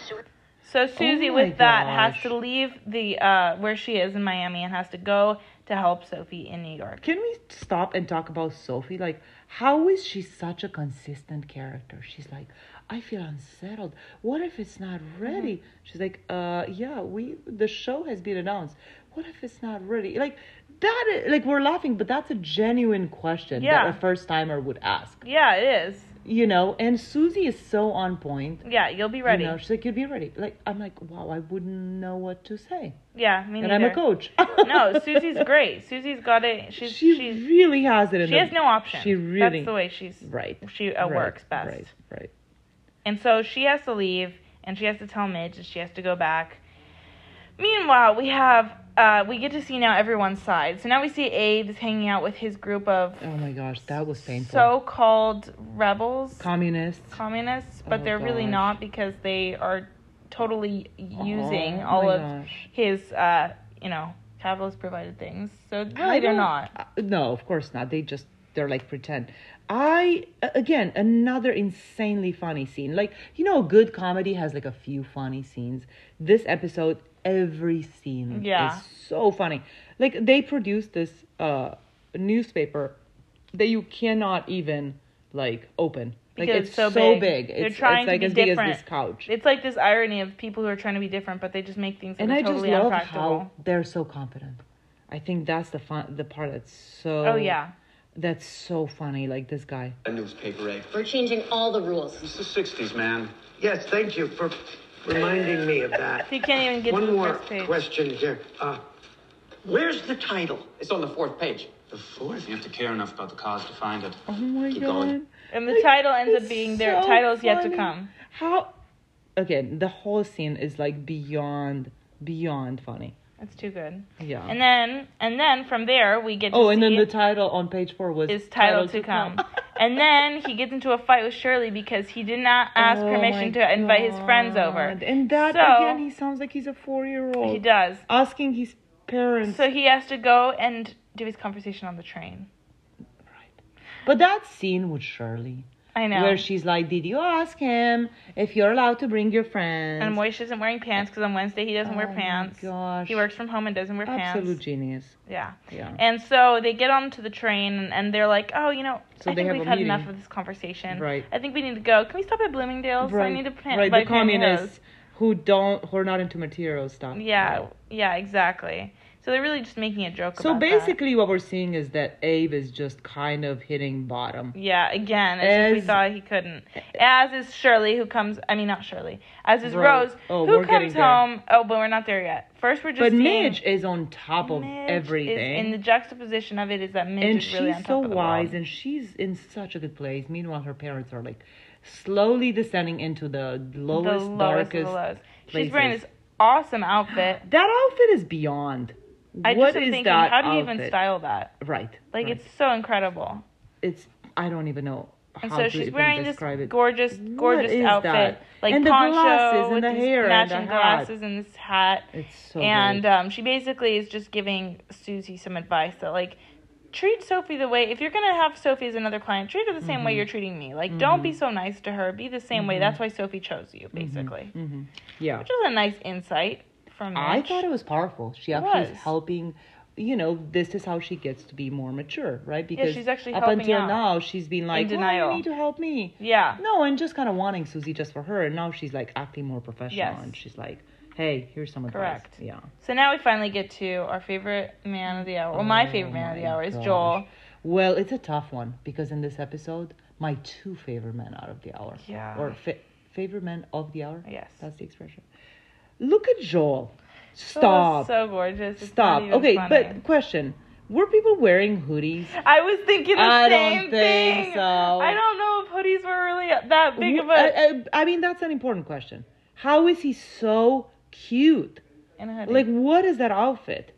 Speaker 1: So Susie,
Speaker 2: Oh my
Speaker 1: with that, has
Speaker 2: gosh.
Speaker 1: to leave the uh, where she is in Miami and has to go to help Sophie in New York.
Speaker 2: Can we stop and talk about Sophie? Like, how is she such a consistent character? She's like, I feel unsettled. What if it's not ready? She's like, uh, yeah, we the show has been announced. What if it's not ready? Like that, i- like we're laughing, but that's a genuine question
Speaker 1: Yeah.
Speaker 2: that a first timer would ask.
Speaker 1: Yeah, it is.
Speaker 2: You know, and Susie is so on point.
Speaker 1: Yeah, you'll be ready.
Speaker 2: You know, she's like, you'd be ready. Like, I'm like, wow, I wouldn't know what to say,
Speaker 1: yeah, me
Speaker 2: and
Speaker 1: neither.
Speaker 2: I'm a coach.
Speaker 1: no, Susie's great. Susie's got it. She's
Speaker 2: she
Speaker 1: she's
Speaker 2: really has it. In
Speaker 1: she
Speaker 2: her-
Speaker 1: has no option.
Speaker 2: She really
Speaker 1: That's the way she's
Speaker 2: Right.
Speaker 1: she uh,
Speaker 2: right,
Speaker 1: works best.
Speaker 2: Right. Right.
Speaker 1: And so she has to leave, and she has to tell Midge that she has to go back. Meanwhile, we have uh, we get to see now everyone's side. So now we see Abe's hanging out with his group of
Speaker 2: Oh my gosh, that was painful.
Speaker 1: so-called rebels,
Speaker 2: communists.
Speaker 1: communists, but
Speaker 2: Oh,
Speaker 1: they're really
Speaker 2: gosh.
Speaker 1: not because they are totally using
Speaker 2: Oh,
Speaker 1: all
Speaker 2: my
Speaker 1: of
Speaker 2: gosh.
Speaker 1: his, uh, you know, capitalist provided things. So really,
Speaker 2: I
Speaker 1: they're
Speaker 2: don't-
Speaker 1: not.
Speaker 2: uh, no, of course not. They just they're like pretend. I a- again another insanely funny scene. Like you know, a good comedy has like a few funny scenes. This episode, every scene
Speaker 1: Yeah.
Speaker 2: is so funny. Like they produced this uh, newspaper that you cannot even like open. Like
Speaker 1: Because
Speaker 2: it's so big. It's,
Speaker 1: They're
Speaker 2: it's,
Speaker 1: trying to
Speaker 2: like
Speaker 1: be
Speaker 2: as
Speaker 1: different.
Speaker 2: big as this couch.
Speaker 1: It's like this irony of people who are trying to be different, but they just make things that
Speaker 2: and
Speaker 1: are
Speaker 2: I
Speaker 1: totally
Speaker 2: just love how
Speaker 1: unpractical.
Speaker 2: they're so confident. I think that's the fun, the part that's so.
Speaker 1: Oh yeah,
Speaker 2: That's so funny. Like this guy.
Speaker 7: A newspaper egg.
Speaker 8: We're changing all the rules.
Speaker 7: It's the 60s, man.
Speaker 9: Yes, thank you for reminding me of that.
Speaker 1: he can't even get to
Speaker 9: One
Speaker 1: the
Speaker 9: more
Speaker 1: first page.
Speaker 9: question here. Uh, where's the title?
Speaker 7: It's on the fourth page.
Speaker 9: The fourth.
Speaker 7: You have to care enough about the cause to find it.
Speaker 2: Oh my
Speaker 7: Keep
Speaker 2: god.
Speaker 7: going.
Speaker 1: And the
Speaker 2: Like,
Speaker 1: title ends
Speaker 2: it's
Speaker 1: up being their
Speaker 2: so
Speaker 1: title is yet to
Speaker 2: funny.
Speaker 1: come.
Speaker 2: How? Again, the whole scene is like beyond, beyond funny.
Speaker 1: That's too good.
Speaker 2: Yeah.
Speaker 1: And then and then from there we get to
Speaker 2: oh, and then
Speaker 1: see-
Speaker 2: the title on page four was
Speaker 1: is title to come. and then he gets into a fight with Shirley because he did not ask
Speaker 2: Oh my
Speaker 1: permission to invite his friends over.
Speaker 2: God. And that
Speaker 1: So-
Speaker 2: again, he sounds like he's a four-year-old.
Speaker 1: He does.
Speaker 2: asking his parents.
Speaker 1: So he has to go and do his conversation on the train.
Speaker 2: but that scene with Shirley.
Speaker 1: I know.
Speaker 2: Where she's like, Did you ask him if you're allowed to bring your friends?
Speaker 1: and Moish isn't wearing pants because on Wednesday he doesn't wear
Speaker 2: Oh my
Speaker 1: pants.
Speaker 2: gosh.
Speaker 1: He works from home and doesn't wear
Speaker 2: Absolute
Speaker 1: pants.
Speaker 2: genius.
Speaker 1: Yeah.
Speaker 2: Yeah.
Speaker 1: And so they get onto the train and- and they're like, oh, you know,
Speaker 2: So
Speaker 1: I
Speaker 2: they
Speaker 1: think
Speaker 2: have
Speaker 1: we've
Speaker 2: a
Speaker 1: had enough
Speaker 2: meeting.
Speaker 1: of this conversation.
Speaker 2: Right.
Speaker 1: I think we need to go. Can we stop at Bloomingdale's? I need to plan-
Speaker 2: right,
Speaker 1: buy
Speaker 2: the
Speaker 1: pantyhose."
Speaker 2: communists who don't who are not into material stuff.
Speaker 1: Yeah, yeah, exactly. So they're really just making a joke
Speaker 2: So
Speaker 1: about that.
Speaker 2: basically what we're seeing is that Abe is just kind of hitting bottom.
Speaker 1: Yeah, again, as, if we
Speaker 2: As-
Speaker 1: thought he couldn't. As is Shirley, who comes. I mean, not Shirley. As is
Speaker 2: Right.
Speaker 1: Rose,
Speaker 2: Oh,
Speaker 1: who
Speaker 2: we're
Speaker 1: comes
Speaker 2: getting there.
Speaker 1: home. Oh, but we're not there yet. First, we're just.
Speaker 2: But
Speaker 1: seeing,
Speaker 2: Midge is on top of
Speaker 1: Midge
Speaker 2: everything.
Speaker 1: Is, and the juxtaposition of it is that Midge
Speaker 2: and
Speaker 1: is really on
Speaker 2: she's so
Speaker 1: top of the
Speaker 2: wise
Speaker 1: world.
Speaker 2: and she's in such a good place. Meanwhile her parents are like slowly descending into the
Speaker 1: the lowest
Speaker 2: lowest,
Speaker 1: of
Speaker 2: darkest
Speaker 1: the lows. She's wearing
Speaker 2: places.
Speaker 1: this awesome outfit.
Speaker 2: That outfit is beyond.
Speaker 1: I
Speaker 2: What
Speaker 1: just am
Speaker 2: is
Speaker 1: thinking,
Speaker 2: that?
Speaker 1: how do you even
Speaker 2: outfit?
Speaker 1: style that?
Speaker 2: Right.
Speaker 1: Like
Speaker 2: right.
Speaker 1: it's so incredible.
Speaker 2: it's I don't even know how
Speaker 1: And
Speaker 2: to
Speaker 1: so she's
Speaker 2: even
Speaker 1: wearing this
Speaker 2: describe it.
Speaker 1: gorgeous,
Speaker 2: What
Speaker 1: gorgeous
Speaker 2: is
Speaker 1: outfit,
Speaker 2: that?
Speaker 1: like
Speaker 2: And the
Speaker 1: poncho
Speaker 2: glasses and
Speaker 1: with
Speaker 2: the
Speaker 1: these
Speaker 2: hair and the
Speaker 1: matching
Speaker 2: hat.
Speaker 1: glasses and this hat.
Speaker 2: It's so
Speaker 1: and
Speaker 2: great.
Speaker 1: um, she basically is just giving Susie some advice that like treat Sophie the way if you're gonna have Sophie as another client, treat her the same
Speaker 2: Mm-hmm.
Speaker 1: way you're treating me. Like don't be so nice to her. Be the same way. That's why Sophie chose you,
Speaker 2: Mm-hmm.
Speaker 1: basically.
Speaker 2: yeah.
Speaker 1: Which is a nice insight from.
Speaker 2: I
Speaker 1: Mitch.
Speaker 2: thought it was powerful. She actually is
Speaker 1: was.
Speaker 2: helping. You know, this is how she gets to be more mature, right? Because
Speaker 1: she's actually
Speaker 2: up
Speaker 1: helping
Speaker 2: until
Speaker 1: out.
Speaker 2: now she's been like, "Well,
Speaker 1: denial.
Speaker 2: you need to help me."
Speaker 1: Yeah.
Speaker 2: No, and just kind of wanting Susie just for her, and now she's like acting more professional,
Speaker 1: Yes.
Speaker 2: and she's like, "Hey, here's some advice."
Speaker 1: Correct.
Speaker 2: Yeah.
Speaker 1: So now we finally get to our favorite man of the hour. Well, my favorite man of the hour is
Speaker 2: Oh Gosh.
Speaker 1: Joel.
Speaker 2: Well, it's a tough one because in this episode, my two favorite men out of the hour.
Speaker 1: Yeah.
Speaker 2: Or fa- favorite men of the hour.
Speaker 1: Yes.
Speaker 2: That's the expression. Look at Joel.
Speaker 1: Joel's
Speaker 2: Stop.
Speaker 1: Oh, So gorgeous. It's not
Speaker 2: Stop.
Speaker 1: even
Speaker 2: Okay,
Speaker 1: funny.
Speaker 2: but question. Were people wearing hoodies?
Speaker 1: I was thinking the
Speaker 2: I don't
Speaker 1: same
Speaker 2: think
Speaker 1: thing.
Speaker 2: so.
Speaker 1: I don't know if hoodies were really that big of
Speaker 2: Wh- uh,
Speaker 1: a
Speaker 2: I, I- I mean, that's an important question. How is he so cute?
Speaker 1: in a hoodie.
Speaker 2: Like, what is that outfit?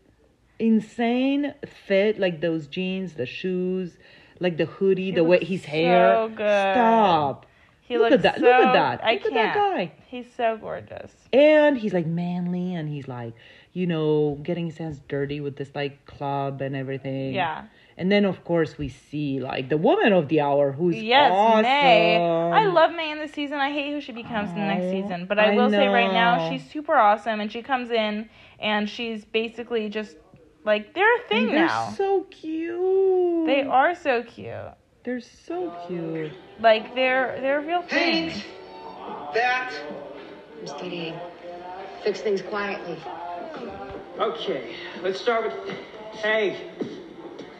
Speaker 2: Insane fit, like those jeans, the shoes, like the hoodie, the way
Speaker 1: looks
Speaker 2: his
Speaker 1: so
Speaker 2: hair.
Speaker 1: good.
Speaker 2: Stop.
Speaker 1: he
Speaker 2: look
Speaker 1: looks
Speaker 2: at that.
Speaker 1: So,
Speaker 2: look at that.
Speaker 1: I
Speaker 2: look
Speaker 1: can't.
Speaker 2: at that guy.
Speaker 1: He's so gorgeous.
Speaker 2: And he's like manly and he's like, you know, getting his hands dirty with this like club and everything.
Speaker 1: Yeah.
Speaker 2: And then, of course, we see like the woman of the hour who's
Speaker 1: Yes,
Speaker 2: awesome.
Speaker 1: May. I love May in this season. I hate who she becomes in the next
Speaker 2: Oh,
Speaker 1: season, but I,
Speaker 2: I
Speaker 1: will say right now
Speaker 2: know.
Speaker 1: she's super awesome, and she comes in and she's basically just like they're a thing
Speaker 2: They're
Speaker 1: now.
Speaker 2: so cute.
Speaker 1: they are so cute.
Speaker 2: They're so cute.
Speaker 1: Like they're they're a real thing.
Speaker 10: That.
Speaker 11: Mr. Dave, fix things quietly.
Speaker 10: Okay, let's start with. Hey,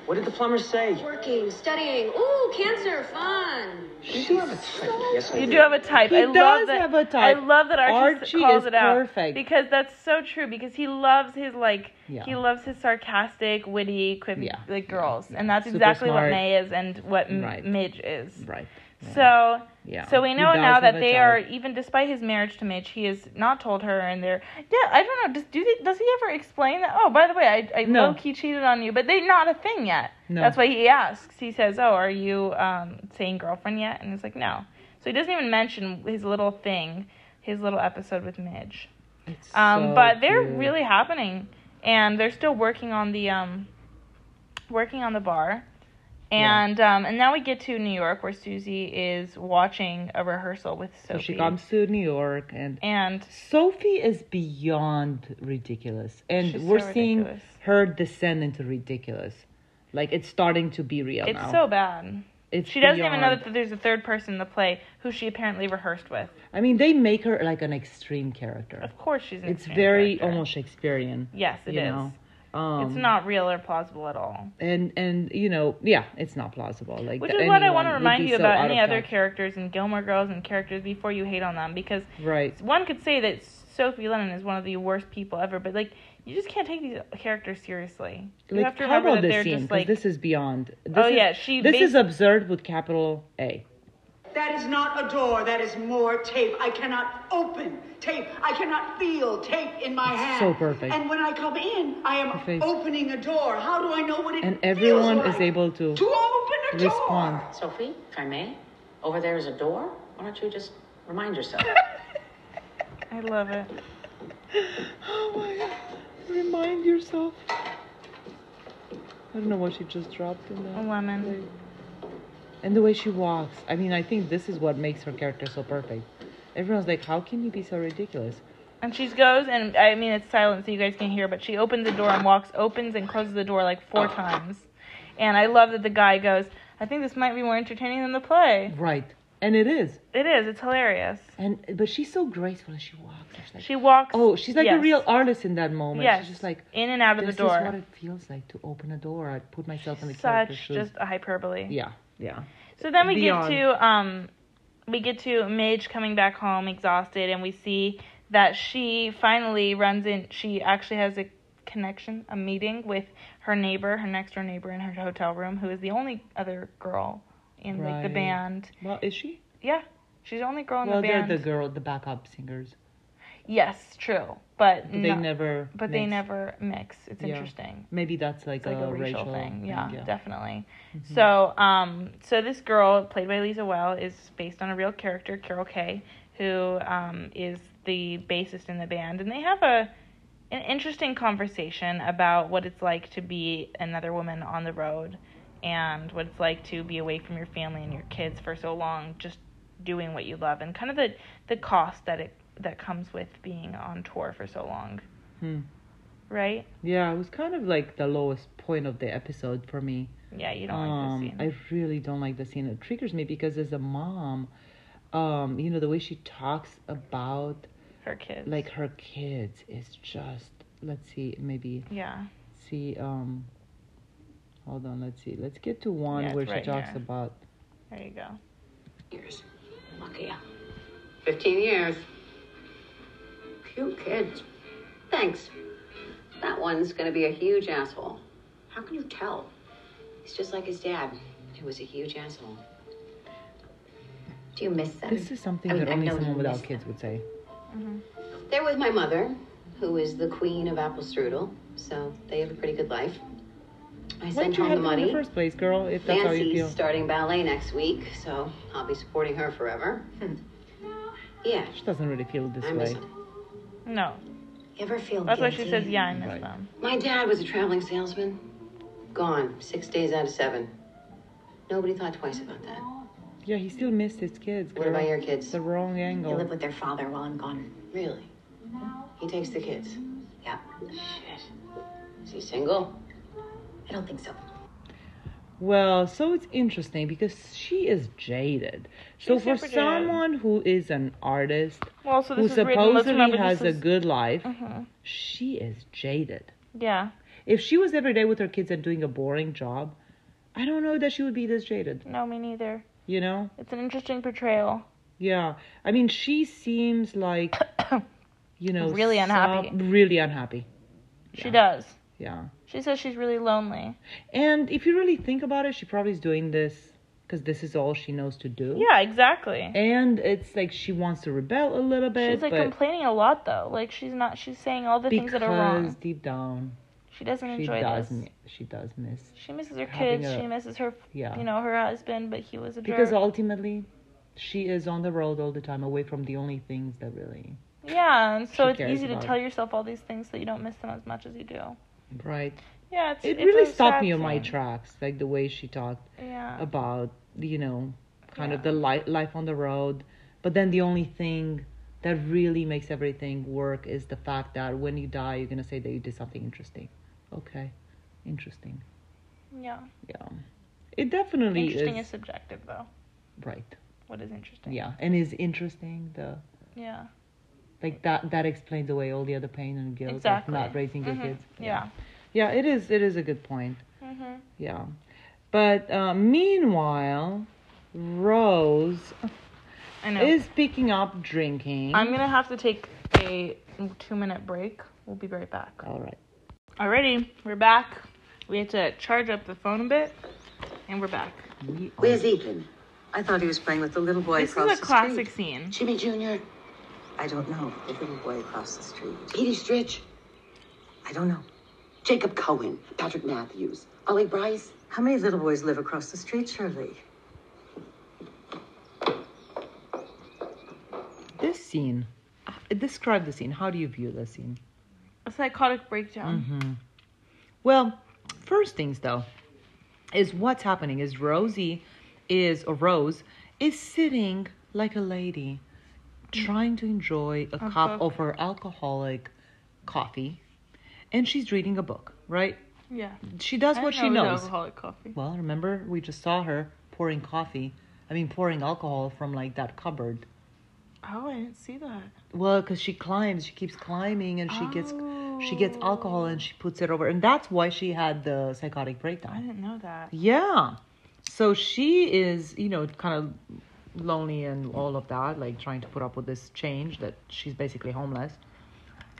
Speaker 10: what did the plumber say?
Speaker 11: Working, studying. Ooh, cancer, fun.
Speaker 10: You do have a type. Yes, I
Speaker 1: You do have a type.
Speaker 2: He
Speaker 1: I love
Speaker 2: does
Speaker 1: that,
Speaker 2: have a type.
Speaker 1: I love that Archie, s-
Speaker 2: Archie
Speaker 1: calls
Speaker 2: is
Speaker 1: it out
Speaker 2: perfect.
Speaker 1: because that's so true. Because he loves his like
Speaker 2: Yeah.
Speaker 1: he loves his sarcastic, witty, quippy
Speaker 2: Yeah.
Speaker 1: like girls, and that's
Speaker 2: Super
Speaker 1: exactly what
Speaker 2: smart.
Speaker 1: May is and what M-
Speaker 2: Right.
Speaker 1: Midge is.
Speaker 2: Right.
Speaker 1: So
Speaker 2: Yeah.
Speaker 1: so we
Speaker 2: He
Speaker 1: know
Speaker 2: does
Speaker 1: now
Speaker 2: have
Speaker 1: that
Speaker 2: a
Speaker 1: they
Speaker 2: type.
Speaker 1: are even despite his marriage to Midge, he has not told her, and they're yeah. I don't know. Does do they, does he ever explain that? Oh, by the way, I I
Speaker 2: No.
Speaker 1: low key cheated on you, but they're not a thing yet.
Speaker 2: No.
Speaker 1: That's why he asks. He says, "Oh, are you um saying girlfriend yet?" And he's like, "No." So he doesn't even mention his little thing, his little episode with Midge.
Speaker 2: It's
Speaker 1: Um,
Speaker 2: so
Speaker 1: but they're
Speaker 2: cute.
Speaker 1: really happening, and they're still working on the um, working on the bar, and um, and now we get to New York where Susie is watching a rehearsal with
Speaker 2: So
Speaker 1: Sophie.
Speaker 2: she comes to New York, and
Speaker 1: and
Speaker 2: Sophie is beyond ridiculous, and
Speaker 1: She's
Speaker 2: we're
Speaker 1: so
Speaker 2: seeing
Speaker 1: ridiculous.
Speaker 2: her descend into ridiculous. Like it's starting to be real
Speaker 1: it's
Speaker 2: now.
Speaker 1: so bad.
Speaker 2: It's
Speaker 1: She doesn't even know
Speaker 2: beyond-
Speaker 1: that there's a third person in the play who she apparently rehearsed with.
Speaker 2: I mean, they make her like an extreme character.
Speaker 1: Of course, she's. An
Speaker 2: It's
Speaker 1: extreme
Speaker 2: very
Speaker 1: character.
Speaker 2: almost Shakespearean.
Speaker 1: Yes, it
Speaker 2: you
Speaker 1: is.
Speaker 2: know. Um,
Speaker 1: it's not real or plausible at all.
Speaker 2: and and you know, yeah, it's not plausible. Like
Speaker 1: Which
Speaker 2: that
Speaker 1: is what I
Speaker 2: anyone
Speaker 1: want to
Speaker 2: would
Speaker 1: remind
Speaker 2: be
Speaker 1: you
Speaker 2: so
Speaker 1: about
Speaker 2: out
Speaker 1: any
Speaker 2: of
Speaker 1: other
Speaker 2: touch.
Speaker 1: characters in Gilmore Girls and characters before you hate on them because
Speaker 2: Right.
Speaker 1: one could say that Sophie Lennon is one of the worst people ever, but like you just can't take these characters seriously. You
Speaker 2: like
Speaker 1: have to
Speaker 2: how
Speaker 1: remember
Speaker 2: about
Speaker 1: that
Speaker 2: this
Speaker 1: they're
Speaker 2: scene?
Speaker 1: just
Speaker 2: 'Cause
Speaker 1: like
Speaker 2: this is beyond. This
Speaker 1: Oh,
Speaker 2: is,
Speaker 1: yeah, she
Speaker 2: This is
Speaker 1: basi-
Speaker 2: absurd with capital A.
Speaker 6: That is not a door. That is more tape. I cannot open tape. I cannot feel tape in my hand.
Speaker 2: so perfect.
Speaker 6: And when I come in, I am
Speaker 2: Her face.
Speaker 6: opening a door. How do I know what it
Speaker 2: And
Speaker 6: feels
Speaker 2: everyone is
Speaker 6: like
Speaker 2: able to
Speaker 6: to open a door?
Speaker 2: respond.
Speaker 4: Sophie, if I may, over there is a door. Why don't you just remind yourself?
Speaker 1: I love it.
Speaker 2: Oh my god. Remind yourself. I don't know what she just dropped in
Speaker 1: A
Speaker 2: there.
Speaker 1: lemon.
Speaker 2: And the way she walks. I mean, I think this is what makes her character so perfect. Everyone's like, how can you be so ridiculous?
Speaker 1: And she goes and I mean it's silent so you guys can hear, but she opens the door and walks, opens and closes the door like
Speaker 2: Oh.
Speaker 1: four times. And I love that the guy goes, I think this might be more entertaining than the play.
Speaker 2: Right. And it is.
Speaker 1: It is, it's hilarious.
Speaker 2: And but she's so graceful as she walks. She's like,
Speaker 1: She walks
Speaker 2: oh, she's like a
Speaker 1: yes.
Speaker 2: real artist in that moment.
Speaker 1: Yes.
Speaker 2: She's just like,
Speaker 1: in and out of the
Speaker 2: this
Speaker 1: door.
Speaker 2: is what it feels like to open a door. I put myself in the character's
Speaker 1: Such
Speaker 2: shoes.
Speaker 1: just a hyperbole.
Speaker 2: yeah, yeah.
Speaker 1: So then we
Speaker 2: Beyond.
Speaker 1: get to um, we get to Midge coming back home exhausted, and we see that she finally runs in. She actually has a connection, a meeting with her neighbor, her next door neighbor in her hotel room, who is the only other girl in like the
Speaker 2: Right.
Speaker 1: band.
Speaker 2: Well, is she?
Speaker 1: Yeah, she's the only girl in
Speaker 2: well,
Speaker 1: the
Speaker 2: they're
Speaker 1: band.
Speaker 2: the girl, the backup singers.
Speaker 1: yes, true, but
Speaker 2: But they
Speaker 1: no-
Speaker 2: never.
Speaker 1: But they
Speaker 2: mix.
Speaker 1: never mix. It's
Speaker 2: Yeah.
Speaker 1: interesting.
Speaker 2: Maybe that's
Speaker 1: It's
Speaker 2: like,
Speaker 1: like a, racial, thing. Yeah, definitely. So, um, so this girl played by Lisa Well is based on a real character, Carol Kay, who um, is the bassist in the band, and they have a an interesting conversation about what it's like to be another woman on the road, and what it's like to be away from your family and your kids for so long, just doing what you love, and kind of the the cost that it that comes with being on tour for so long,
Speaker 2: Hmm.
Speaker 1: right?
Speaker 2: Yeah, it was kind of like the lowest point of the episode for me.
Speaker 1: Yeah, you don't like
Speaker 2: Um,
Speaker 1: this scene.
Speaker 2: I really don't like the scene. It triggers me because as a mom, um, you know the way she talks about
Speaker 1: her kids.
Speaker 2: like her kids is just. Let's see, maybe
Speaker 1: yeah,
Speaker 2: see. Um, Hold on, let's see. Let's get to one
Speaker 1: Yeah, it's
Speaker 2: where she
Speaker 1: right
Speaker 2: talks
Speaker 1: here.
Speaker 2: about.
Speaker 1: There you go.
Speaker 4: years. Lucky ya. 15 years. Few kids. Thanks. That one's gonna be a huge asshole. How can you tell? He's just like his dad, who was a huge asshole. Do you miss them?
Speaker 2: This is something
Speaker 4: I mean,
Speaker 2: that
Speaker 4: I
Speaker 2: only
Speaker 4: know you
Speaker 2: someone without
Speaker 4: miss
Speaker 2: kids would say.
Speaker 4: They're with my mother, who is the queen of apple strudel, so they have a pretty good life. I
Speaker 2: Why
Speaker 4: sent
Speaker 2: did you
Speaker 4: home
Speaker 2: have
Speaker 4: the
Speaker 2: them in the
Speaker 4: money.
Speaker 2: first place, girl? If that's how you
Speaker 4: Nancy's
Speaker 2: feel.
Speaker 4: starting ballet next week, so I'll be supporting her forever.
Speaker 2: Hmm.
Speaker 4: Yeah,
Speaker 2: She doesn't really feel this
Speaker 4: I miss
Speaker 2: way.
Speaker 4: them.
Speaker 1: No,
Speaker 4: You ever feel
Speaker 1: that's why
Speaker 4: guilty?
Speaker 1: she says, "Yeah, I miss
Speaker 2: Right.
Speaker 1: them."
Speaker 4: My dad was a traveling salesman. Gone six days out of seven. Nobody thought twice about that.
Speaker 2: Yeah, he still missed his kids,
Speaker 4: What about
Speaker 2: girl.
Speaker 4: your
Speaker 2: It's
Speaker 4: kids?
Speaker 2: the wrong
Speaker 12: They live
Speaker 2: angle.
Speaker 12: with their father while I'm gone.
Speaker 4: Really? He takes the kids.
Speaker 12: Yeah. Shit.
Speaker 4: Is he single?
Speaker 12: I don't think so.
Speaker 2: Well, so it's interesting because she is jaded. so
Speaker 1: She's
Speaker 2: for
Speaker 1: super jaded.
Speaker 2: someone who is an artist
Speaker 1: Well, so
Speaker 2: who
Speaker 1: this is written. Let's
Speaker 2: supposedly
Speaker 1: remember
Speaker 2: has
Speaker 1: this
Speaker 2: a
Speaker 1: is- Mm-hmm.
Speaker 2: good life, she is jaded.
Speaker 1: Yeah,
Speaker 2: If she was every day with her kids and doing a boring job, I don't know that she would be this jaded.
Speaker 1: no, me neither.
Speaker 2: You know?
Speaker 1: It's an interesting portrayal.
Speaker 2: Yeah. I mean, she seems like, you know,
Speaker 1: Really unhappy.
Speaker 2: some- really unhappy.
Speaker 1: She does.
Speaker 2: Yeah.
Speaker 1: She says she's really lonely.
Speaker 2: And if you really think about it, she probably is doing this because this is all she knows to do.
Speaker 1: Yeah, exactly.
Speaker 2: And it's like she wants to rebel a little bit.
Speaker 1: She's like
Speaker 2: but
Speaker 1: complaining a lot though. Like she's not. She's saying all the things
Speaker 2: because
Speaker 1: that are wrong.
Speaker 2: deep down,
Speaker 1: She doesn't
Speaker 2: she
Speaker 1: enjoy
Speaker 2: does,
Speaker 1: this.
Speaker 2: mi- she does miss.
Speaker 1: She misses her
Speaker 2: having
Speaker 1: kids.
Speaker 2: a-
Speaker 1: she misses her,
Speaker 2: Yeah.
Speaker 1: you know, her husband. But he was a
Speaker 2: because
Speaker 1: jerk.
Speaker 2: ultimately, she is on the road all the time, away from the only things that really.
Speaker 1: yeah, and so
Speaker 2: she
Speaker 1: it's
Speaker 2: cares
Speaker 1: easy to
Speaker 2: about
Speaker 1: tell yourself all these things so you don't miss them as much as you do.
Speaker 2: Right.
Speaker 1: Yeah, it's,
Speaker 2: It
Speaker 1: it's
Speaker 2: really
Speaker 1: a
Speaker 2: stopped
Speaker 1: sad
Speaker 2: me on my
Speaker 1: scene.
Speaker 2: tracks, like the way she talked
Speaker 1: Yeah.
Speaker 2: about, you know, kind of
Speaker 1: Yeah.
Speaker 2: the li- life on the road. But then the only thing that really makes everything work is the fact that when you die, you're going to say that you did something interesting. Okay. Interesting.
Speaker 1: yeah.
Speaker 2: Yeah. It definitely
Speaker 1: Interesting
Speaker 2: is.
Speaker 1: is subjective though.
Speaker 2: Right.
Speaker 1: What is interesting?
Speaker 2: Yeah. And is interesting the
Speaker 1: Yeah.
Speaker 2: like that that explains away all the other pain and guilt
Speaker 1: Exactly.
Speaker 2: of not raising your
Speaker 1: Mhm.
Speaker 2: kids.
Speaker 1: Yeah.
Speaker 2: Yeah, it is it is a good point. Mm-hmm.
Speaker 1: Mhm.
Speaker 2: Yeah. But uh, meanwhile, Rose
Speaker 1: I know.
Speaker 2: is picking up drinking.
Speaker 1: I'm gonna have to take a two minute break. We'll be right back.
Speaker 2: All right.
Speaker 1: Alrighty, we're back. We had to charge up the phone a bit, and we're back.
Speaker 2: We are-
Speaker 4: Where's Ethan? I thought he was playing with the little boy
Speaker 1: This is a classic scene.
Speaker 4: Jimmy Jr. I don't know. The little boy across the street. Petey Stritch. I don't know. Jacob Cohen. Patrick Matthews. Ollie Bryce. How many little boys live across the street, Shirley?
Speaker 2: This scene. uh, Describe the scene. How do you view the scene?
Speaker 1: A psychotic breakdown.
Speaker 2: Well, first things though, is what's happening is Rosie is or Rose is sitting like a lady, trying to enjoy a, cup
Speaker 1: book.
Speaker 2: of her alcoholic coffee, and she's reading a book. Right?
Speaker 1: Yeah.
Speaker 2: She does Mm-hmm. what
Speaker 1: I
Speaker 2: she
Speaker 1: know it was
Speaker 2: knows.
Speaker 1: Alcoholic coffee.
Speaker 2: Well, remember we just saw her pouring coffee. I mean, pouring alcohol from like that cupboard.
Speaker 1: Oh, I didn't see that.
Speaker 2: Well, because she climbs, she keeps climbing, and she gets she gets alcohol and she puts it over, and that's why she had the psychotic breakdown.
Speaker 1: I didn't know that.
Speaker 2: Yeah. So she is, you know, kind of lonely and all of that, like trying to put up with this change that she's basically homeless.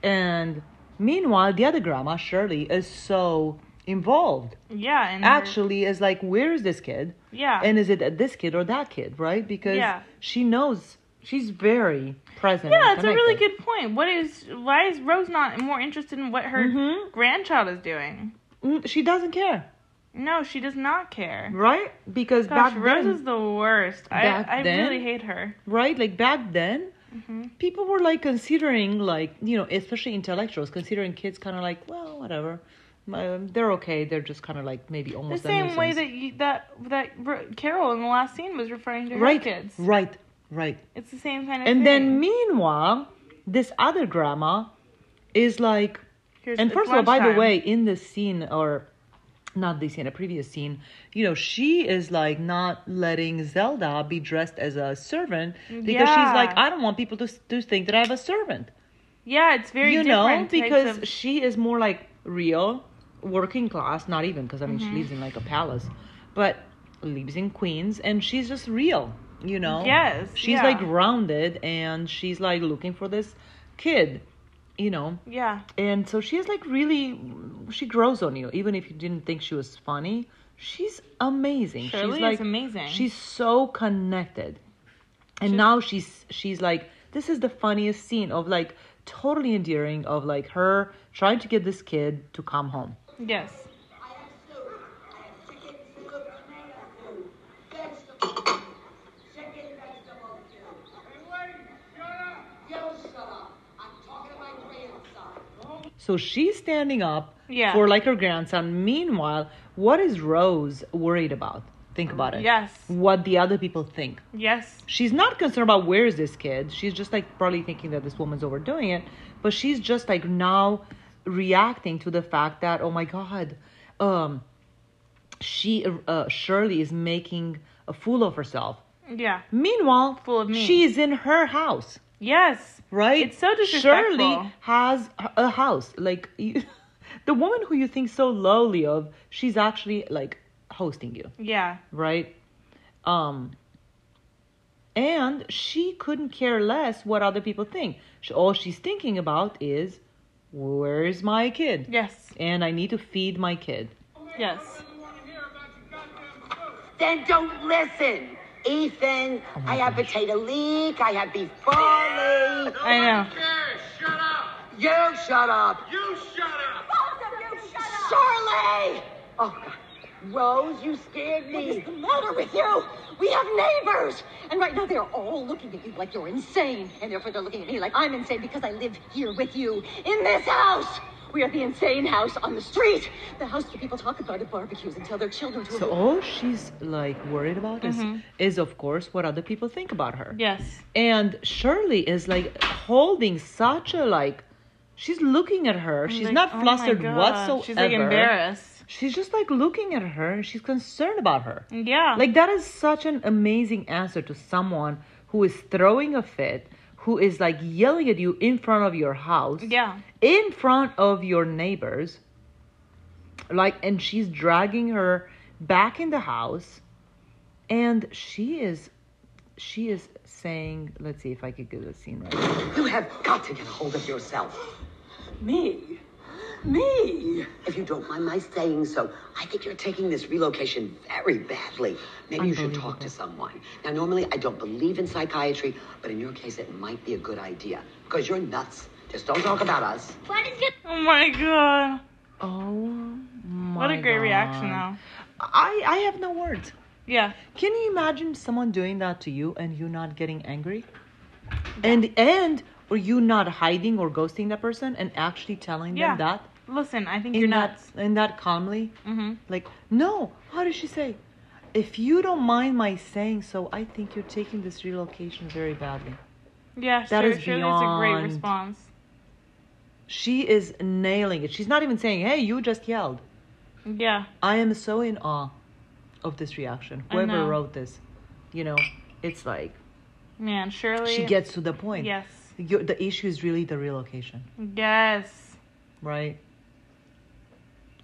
Speaker 2: And meanwhile, the other grandma, Shirley, is so involved.
Speaker 1: Yeah, and her-
Speaker 2: Actually, is like, where is this kid?
Speaker 1: yeah,
Speaker 2: And is it at this kid or that kid, right? Because
Speaker 1: Yeah.
Speaker 2: she knows she's very present.
Speaker 1: yeah, that's a really good point. What is why is Rose not more interested in what her
Speaker 2: Mhm.
Speaker 1: grandchild is doing?
Speaker 2: good. Mm, She doesn't care,
Speaker 1: No, she does not care.
Speaker 2: right? Because
Speaker 1: Gosh,
Speaker 2: back
Speaker 1: Rose
Speaker 2: then,
Speaker 1: is the worst.
Speaker 2: back
Speaker 1: I I
Speaker 2: then-
Speaker 1: really hate her.
Speaker 2: right? Like back then,
Speaker 1: Mm-hmm.
Speaker 2: people were like considering, like you know, especially intellectuals considering kids kind of like, well, whatever, um, they're okay. They're just kind of like maybe
Speaker 1: The
Speaker 2: almost a
Speaker 1: same way
Speaker 2: nuisance.
Speaker 1: that you, that that R- Carol in the last scene was referring to her
Speaker 2: right,
Speaker 1: kids.
Speaker 2: right, right.
Speaker 1: It's the same kind of
Speaker 2: And
Speaker 1: thing.
Speaker 2: then meanwhile, this other grandma is like,
Speaker 1: Here's-
Speaker 2: and
Speaker 1: it's
Speaker 2: first of all, by the
Speaker 1: lunchtime.
Speaker 2: way, in this scene or not this scene, a previous scene, you know, she is like not letting Zelda be dressed as a servant because
Speaker 1: Yeah.
Speaker 2: she's like, I don't want people to to think that I have a servant.
Speaker 1: yeah, it's very
Speaker 2: you know
Speaker 1: different types
Speaker 2: because
Speaker 1: of-
Speaker 2: she is more like real working class, not even because I mean
Speaker 1: Mm-hmm.
Speaker 2: she lives in like a palace, but lives in Queens, and she's just real, you know.
Speaker 1: Yes,
Speaker 2: she's
Speaker 1: yeah.
Speaker 2: like grounded, and she's like looking for this kid, you know.
Speaker 1: Yeah.
Speaker 2: And so she's like really, she grows on you, even if you didn't think she was funny. She's amazing.
Speaker 1: Shirley
Speaker 2: she's
Speaker 1: is
Speaker 2: like
Speaker 1: amazing.
Speaker 2: She's so connected, and now she's she's like this is the funniest scene of like totally endearing of like her trying to get this kid to come home.
Speaker 1: Yes.
Speaker 2: So she's standing up
Speaker 1: Yeah.
Speaker 2: for like her grandson. Meanwhile, what is Rose worried about? Think about it.
Speaker 1: Yes.
Speaker 2: What the other people think.
Speaker 1: Yes.
Speaker 2: she's not concerned about where is this kid. She's just like probably thinking that this woman's overdoing it, but she's just like now reacting to the fact that oh my god, um, she uh, Shirley is making a fool of herself.
Speaker 1: Yeah.
Speaker 2: Meanwhile,
Speaker 1: Fool of me.
Speaker 2: she's in her house,
Speaker 1: Yes.
Speaker 2: right?
Speaker 1: It's so disrespectful.
Speaker 2: Shirley has a- a house. Like you, the woman who you think so lowly of, she's actually like hosting you
Speaker 1: Yeah.
Speaker 2: right? Um, and she couldn't care less what other people think. She, all she's thinking about is, where's my kid?
Speaker 1: Yes.
Speaker 2: And I need to feed my kid.
Speaker 1: Yes.
Speaker 4: Then don't listen. Ethan,
Speaker 1: Oh
Speaker 4: I have potato leek, I have beef barley.
Speaker 1: I know.
Speaker 4: You shut up. You shut up. Shirley! Oh, God. Rose, you scared me. What is the matter with you? We have neighbors. And right now they're all looking at you like you're insane. And therefore they're looking at me like I'm insane because I live here with you in this house. We are the insane house on the street. The house that people talk about at barbecues and tell their children to
Speaker 2: So all she's like worried about is,
Speaker 1: Mm-hmm.
Speaker 2: is of course what other people think about her.
Speaker 1: Yes.
Speaker 2: And Shirley is like holding such a like, she's looking at her. She's
Speaker 1: Like,
Speaker 2: not
Speaker 1: oh my
Speaker 2: flustered
Speaker 1: God.
Speaker 2: whatsoever.
Speaker 1: She's like embarrassed.
Speaker 2: She's just like looking at her and she's concerned about her.
Speaker 1: Yeah.
Speaker 2: Like that is such an amazing answer to someone who is throwing a fit, who is like yelling at you in front of your house,
Speaker 1: Yeah.
Speaker 2: in front of your neighbors. Like and she's dragging her back in the house and she is she is saying, let's see if I could get the scene right.
Speaker 4: You have got to get a hold of yourself. Me? Me? If you don't mind my saying so, I think you're taking this relocation very badly. Maybe you should talk to someone. Now, normally I don't believe in psychiatry, but in your case, it might be a good idea because you're nuts. Just don't talk about us. What is your
Speaker 1: Oh my god.
Speaker 2: Oh my
Speaker 1: What a great
Speaker 2: God.
Speaker 1: reaction though.
Speaker 2: I, I have no words.
Speaker 1: Yeah.
Speaker 2: Can you imagine someone doing that to you and you not getting angry? And and or you not hiding or ghosting that person and actually telling
Speaker 1: Yeah.
Speaker 2: them that
Speaker 1: Listen, I think
Speaker 2: in
Speaker 1: you're
Speaker 2: that
Speaker 1: nuts.
Speaker 2: in that calmly? Mm-hmm. Like, no, how did she say? If you don't mind my saying so, I think you're taking this relocation very badly.
Speaker 1: Yeah,
Speaker 2: That
Speaker 1: sure,
Speaker 2: is
Speaker 1: sure that's a great
Speaker 2: beyond-
Speaker 1: response.
Speaker 2: She is nailing it. She's not even saying, "Hey, you just yelled."
Speaker 1: Yeah.
Speaker 2: I am so in awe of this reaction.
Speaker 1: I
Speaker 2: Whoever
Speaker 1: know.
Speaker 2: wrote this, you know, it's like
Speaker 1: Man, Shirley.
Speaker 2: she gets to the point.
Speaker 1: Yes.
Speaker 2: Your, the issue is really the relocation,
Speaker 1: Yes.
Speaker 2: right?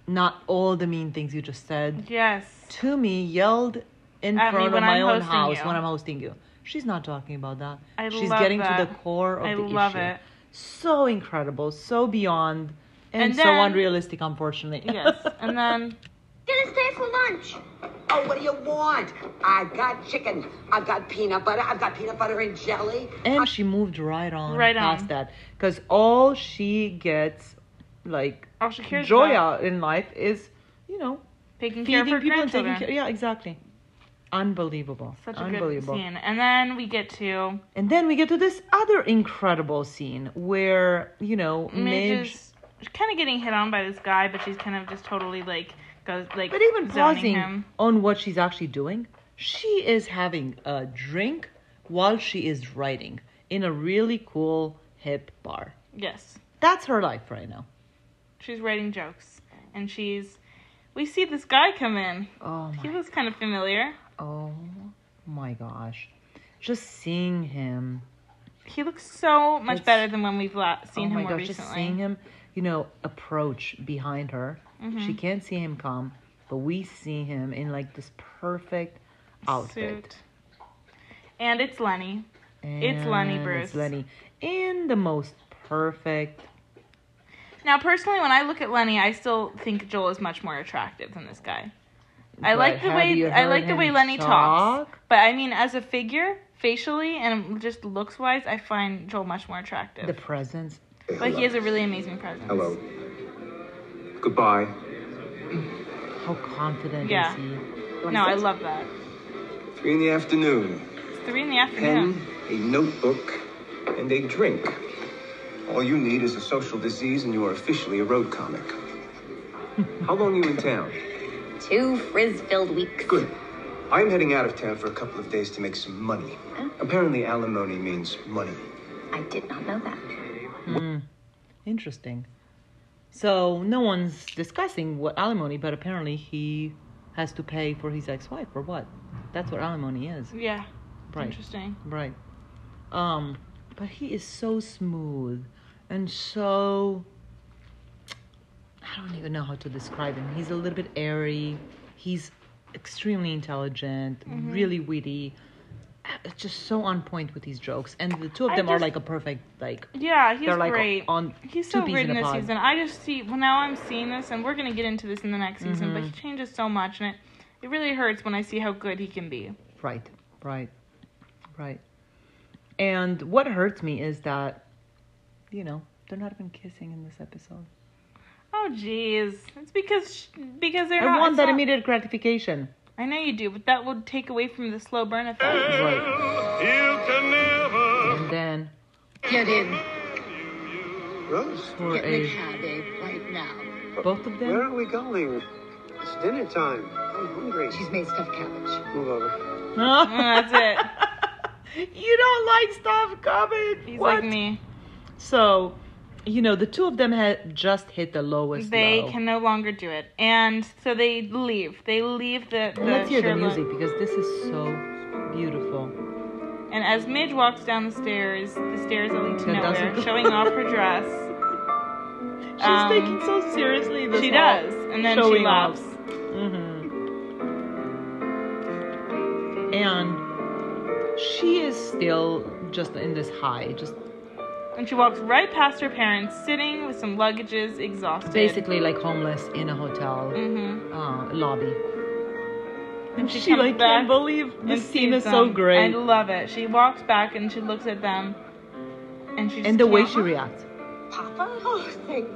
Speaker 2: Not all the mean things you just said
Speaker 1: Yes.
Speaker 2: to me, yelled in
Speaker 1: At me
Speaker 2: front of
Speaker 1: when
Speaker 2: my
Speaker 1: I'm
Speaker 2: own
Speaker 1: hosting
Speaker 2: house
Speaker 1: you.
Speaker 2: when I'm hosting you. She's not talking about that.
Speaker 1: I
Speaker 2: She's
Speaker 1: love
Speaker 2: getting to
Speaker 1: that.
Speaker 2: the core of
Speaker 1: I
Speaker 2: the
Speaker 1: love
Speaker 2: issue.
Speaker 1: it.
Speaker 2: So incredible, so beyond, and,
Speaker 1: And
Speaker 2: so
Speaker 1: then-
Speaker 2: unrealistic, unfortunately.
Speaker 1: Yes. And then
Speaker 4: Dinner's time for lunch.
Speaker 13: Oh, what do you want? I've got chicken. I've got peanut butter. I've got peanut butter and jelly.
Speaker 2: and she moved right on
Speaker 1: Right
Speaker 2: past
Speaker 1: on.
Speaker 2: that because all she gets like
Speaker 1: all she cares
Speaker 2: joy
Speaker 1: about
Speaker 2: out in life is you know
Speaker 1: taking care
Speaker 2: feeding
Speaker 1: of her
Speaker 2: people and taking
Speaker 1: grandchildren.
Speaker 2: care yeah exactly unbelievable
Speaker 1: Such a good
Speaker 2: unbelievable
Speaker 1: scene. And then we get to
Speaker 2: and then we get to this other incredible scene where you know midge
Speaker 1: Midge's kind of getting hit on by this guy, but she's kind of just totally like goes like
Speaker 2: but even
Speaker 1: zoning
Speaker 2: pausing
Speaker 1: him.
Speaker 2: on what she's actually doing she is having a drink while she is writing in a really cool hip bar
Speaker 1: Yes.
Speaker 2: that's her life right now
Speaker 1: She's writing jokes. And she's we see this guy come in.
Speaker 2: oh my
Speaker 1: He looks kind of familiar.
Speaker 2: Oh my gosh. Just seeing him.
Speaker 1: He looks so much
Speaker 2: It's-
Speaker 1: better than when we've la- seen
Speaker 2: oh
Speaker 1: him
Speaker 2: my
Speaker 1: more
Speaker 2: gosh,
Speaker 1: recently.
Speaker 2: just seeing him. you know, approach behind her.
Speaker 1: Mm-hmm.
Speaker 2: She can't see him come, but we see him in like this perfect
Speaker 1: Suit.
Speaker 2: outfit.
Speaker 1: And it's Lenny. It's Lenny
Speaker 2: And
Speaker 1: Bruce.
Speaker 2: It's Lenny in the most perfect.
Speaker 1: Now, personally, when I look at Lenny, I still think Joel is much more attractive than this guy. I
Speaker 2: But
Speaker 1: like the
Speaker 2: have
Speaker 1: way
Speaker 2: you
Speaker 1: I
Speaker 2: heard
Speaker 1: like the
Speaker 2: him
Speaker 1: way Lenny talks,
Speaker 2: talk?
Speaker 1: but I mean, as a figure, facially and just looks wise, I find Joel much more attractive.
Speaker 2: The presence.
Speaker 1: But he has a really amazing presence.
Speaker 7: Hello. Goodbye.
Speaker 2: How confident
Speaker 1: Yeah.
Speaker 2: is he?
Speaker 1: No, I love that.
Speaker 7: Three in the afternoon.
Speaker 1: It's three in the afternoon.
Speaker 7: a notebook, and a drink. All you need is a social disease, and you are officially a road comic. How long are you in town?
Speaker 4: Two frizz-filled weeks.
Speaker 7: Good. I'm heading out of town for a couple of days to make some money. Apparently, alimony means money.
Speaker 4: I did not know that.
Speaker 2: Interesting. So no one's discussing what alimony, but apparently he has to pay for his ex-wife or what? That's what alimony is,
Speaker 1: Yeah,
Speaker 2: right?
Speaker 1: interesting.
Speaker 2: Right. Um, but he is so smooth and so I don't even know how to describe him. He's a little bit airy. He's extremely intelligent,
Speaker 1: Mm-hmm.
Speaker 2: really witty. uh, Just so on point with his jokes, and the two of
Speaker 1: I
Speaker 2: them are
Speaker 1: just-
Speaker 2: like a perfect like.
Speaker 1: Yeah, he's
Speaker 2: They're like
Speaker 1: great.
Speaker 2: on
Speaker 1: he's
Speaker 2: two
Speaker 1: so
Speaker 2: peas
Speaker 1: great in
Speaker 2: in a
Speaker 1: this
Speaker 2: pod.
Speaker 1: season. I just see well, now I'm seeing this, and we're gonna get into this in the next season.
Speaker 2: Mm-hmm.
Speaker 1: But he changes so much, and it it really hurts when I see how good he can be.
Speaker 2: Right, right, right. And what hurts me is that, you know, they're not even kissing in this episode.
Speaker 1: Oh, jeez, it's because sh- because they're
Speaker 2: I
Speaker 1: not.
Speaker 2: want
Speaker 1: it's
Speaker 2: that
Speaker 1: not-
Speaker 2: immediate gratification.
Speaker 1: I know you do, but that would take away from the slow burn effect.
Speaker 2: Right. And then
Speaker 4: Get in.
Speaker 7: Rose,
Speaker 2: for a,
Speaker 4: car, babe, right now.
Speaker 2: both of
Speaker 7: where
Speaker 2: them,
Speaker 7: are we going? It's dinner time. I'm hungry.
Speaker 4: She's made stuffed cabbage.
Speaker 7: Move over.
Speaker 1: Mm, that's
Speaker 2: you don't like stuff coming.
Speaker 1: it. He's
Speaker 2: what?
Speaker 1: like me.
Speaker 2: So, you know, the two of them had just hit the lowest.
Speaker 1: They
Speaker 2: low.
Speaker 1: can no longer do it, and so they leave. They leave the. the
Speaker 2: Let's hear the
Speaker 1: Sherlock-
Speaker 2: music because this is so beautiful.
Speaker 1: And as Midge walks down the stairs, the stairs that lead to
Speaker 2: That
Speaker 1: nowhere,
Speaker 2: doesn't go-
Speaker 1: showing off her dress.
Speaker 2: She's
Speaker 1: Um,
Speaker 2: taking so seriously. This
Speaker 1: She
Speaker 2: whole
Speaker 1: does, and then she
Speaker 2: showing off.
Speaker 1: laughs.
Speaker 2: Mm-hmm. And she is still just in this high, just
Speaker 1: And she walks right past her parents, sitting with some luggages, exhausted.
Speaker 2: basically like homeless in a hotel
Speaker 1: Mm-hmm.
Speaker 2: uh, lobby. And
Speaker 1: she
Speaker 2: she,
Speaker 1: comes
Speaker 2: like
Speaker 1: back
Speaker 2: can't believe this scene is so great,
Speaker 1: I love it. She walks back and she looks at them, and she just
Speaker 2: and the way
Speaker 1: can't-
Speaker 2: she reacts.
Speaker 6: Papa? Oh, thank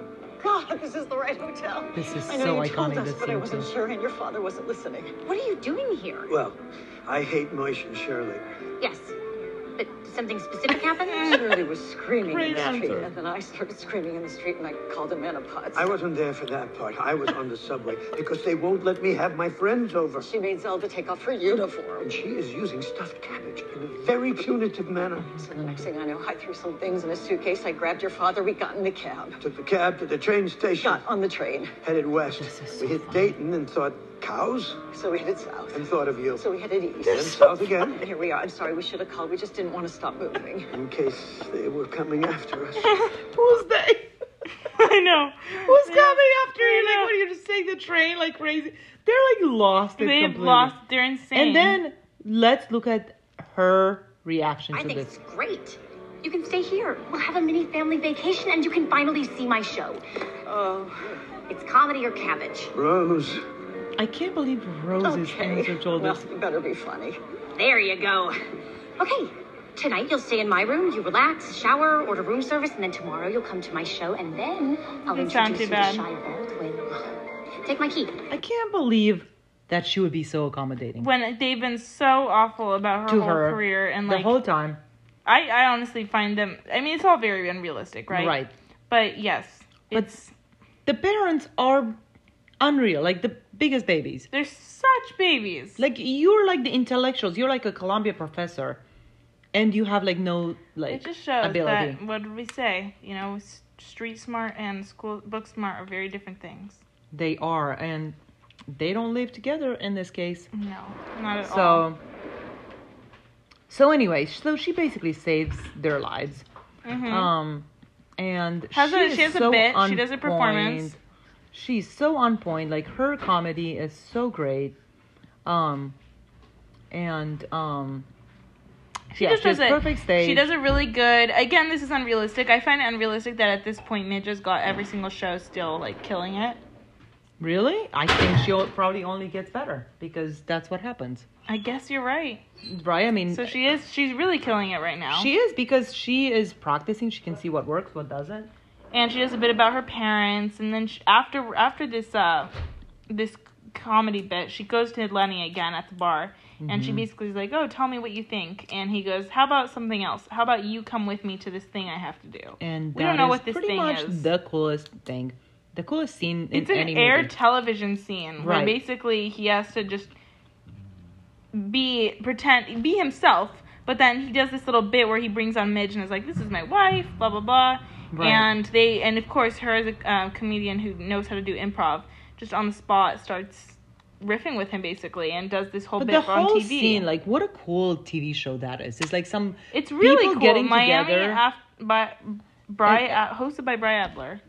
Speaker 6: God, this is the right hotel.
Speaker 2: This is
Speaker 6: I know
Speaker 2: so
Speaker 6: you told
Speaker 2: iconic,
Speaker 6: us,
Speaker 2: this
Speaker 6: but I
Speaker 2: scene,
Speaker 6: wasn't
Speaker 2: too.
Speaker 6: sure, and your father wasn't listening.
Speaker 4: What are you doing here?
Speaker 7: Well, I hate Moish and Shirley.
Speaker 4: Yes. But something specific happened?
Speaker 6: Shirley was screaming in
Speaker 2: Great
Speaker 6: the street,
Speaker 2: answer.
Speaker 6: and then I started screaming in the street, and I called him menopause.
Speaker 7: I wasn't there for that part. I was on the subway because they won't let me have my friends over.
Speaker 6: She made Zelda take off her uniform.
Speaker 7: And she is using stuffed cabbage in a very punitive manner.
Speaker 6: So the next thing I know, I threw some things in a suitcase. I grabbed your father. We got in the cab.
Speaker 7: Took the cab to the train station,
Speaker 6: Got on the train.
Speaker 7: headed west. we hit Dayton and thought cows,
Speaker 6: So we headed south.
Speaker 7: and thought of you.
Speaker 6: So we headed east.
Speaker 7: Then south again,
Speaker 6: Here we are. I'm sorry, we should have called. We just didn't want to stop moving.
Speaker 7: in case they were coming after us.
Speaker 2: Who's they?
Speaker 1: I know.
Speaker 2: Who's coming after
Speaker 1: I
Speaker 2: you?
Speaker 1: know.
Speaker 2: Like when you're just taking the train like crazy, they're like lost. it
Speaker 1: They've
Speaker 2: completely.
Speaker 1: lost. They're insane.
Speaker 2: And then let's look at her reaction
Speaker 4: I
Speaker 2: to
Speaker 4: think
Speaker 2: this.
Speaker 4: it's great. You can stay here. We'll have a mini family vacation and you can finally see my show.
Speaker 6: Oh,
Speaker 4: It's comedy or cabbage.
Speaker 7: Rose,
Speaker 2: I can't believe Rose's
Speaker 6: okay.
Speaker 2: answer to all
Speaker 6: Well,
Speaker 2: this.
Speaker 6: you better be funny.
Speaker 4: There you go. Okay, tonight you'll stay in my room, you relax, shower, order room service, and then tomorrow you'll come to my show, and then I'll
Speaker 1: Doesn't
Speaker 4: introduce
Speaker 1: sound
Speaker 4: you
Speaker 1: too
Speaker 4: to
Speaker 1: bad.
Speaker 4: Shy Baldwin. Take my key.
Speaker 2: I can't believe that she would be so accommodating
Speaker 1: when they've been so awful about her
Speaker 2: to
Speaker 1: whole
Speaker 2: her
Speaker 1: career, and
Speaker 2: the
Speaker 1: like
Speaker 2: whole time.
Speaker 1: I, I honestly find them. I mean, it's all very unrealistic, right?
Speaker 2: Right.
Speaker 1: But yes,
Speaker 2: But-
Speaker 1: it's
Speaker 2: The parents are unreal, like the biggest babies.
Speaker 1: they're such babies.
Speaker 2: Like you're like the intellectuals. You're like a Columbia professor, and you have like no like
Speaker 1: it just shows
Speaker 2: ability.
Speaker 1: that what did we say? You know, s- street smart and school book smart are very different things.
Speaker 2: They are, and they don't live together in this case.
Speaker 1: No, not at all.
Speaker 2: So, so anyway, so she basically saves their lives. Um, and
Speaker 1: Mm-hmm. Has
Speaker 2: she
Speaker 1: a-
Speaker 2: is
Speaker 1: she has a
Speaker 2: so
Speaker 1: bit,
Speaker 2: on
Speaker 1: she does a performance.
Speaker 2: point. She's so on point. Like her comedy is so great. Um, and um,
Speaker 1: She
Speaker 2: yeah,
Speaker 1: just
Speaker 2: she has
Speaker 1: does a
Speaker 2: perfect stage.
Speaker 1: She does a really good. Again, this is unrealistic. I find it unrealistic that at this point Ninja's got every single show still like killing it.
Speaker 2: really. I think she o- probably only gets better because that's what happens,
Speaker 1: I guess you're right.
Speaker 2: right? I mean,
Speaker 1: So she is. She's really killing it right now.
Speaker 2: she is because she is practicing. She can see what works, what doesn't.
Speaker 1: and she does a bit about her parents and then she, after after this uh this comedy bit she goes to lenny again at the bar and
Speaker 2: Mm-hmm.
Speaker 1: she basically is like oh tell me what you think and he goes how about something else how about you come with me to this thing i have to do
Speaker 2: And
Speaker 1: We don't
Speaker 2: that
Speaker 1: know
Speaker 2: is
Speaker 1: what this
Speaker 2: pretty
Speaker 1: thing
Speaker 2: much
Speaker 1: is.
Speaker 2: the coolest thing, the coolest scene in
Speaker 1: it's an
Speaker 2: any
Speaker 1: air
Speaker 2: movie.
Speaker 1: television scene where
Speaker 2: Right.
Speaker 1: basically he has to just be pretend be himself but then he does this little bit where he brings on midge and is like this is my wife blah blah blah
Speaker 2: Right.
Speaker 1: and they and of course her as a um, comedian who knows how to do improv just on the spot starts riffing with him basically and does this whole
Speaker 2: But
Speaker 1: bit
Speaker 2: the
Speaker 1: for on
Speaker 2: whole
Speaker 1: tv
Speaker 2: scene, like, what a cool TV show that is! It's like some
Speaker 1: it's really
Speaker 2: people
Speaker 1: cool
Speaker 2: getting
Speaker 1: miami
Speaker 2: together.
Speaker 1: Af- by Bri-
Speaker 2: And-
Speaker 1: uh, hosted by bry adler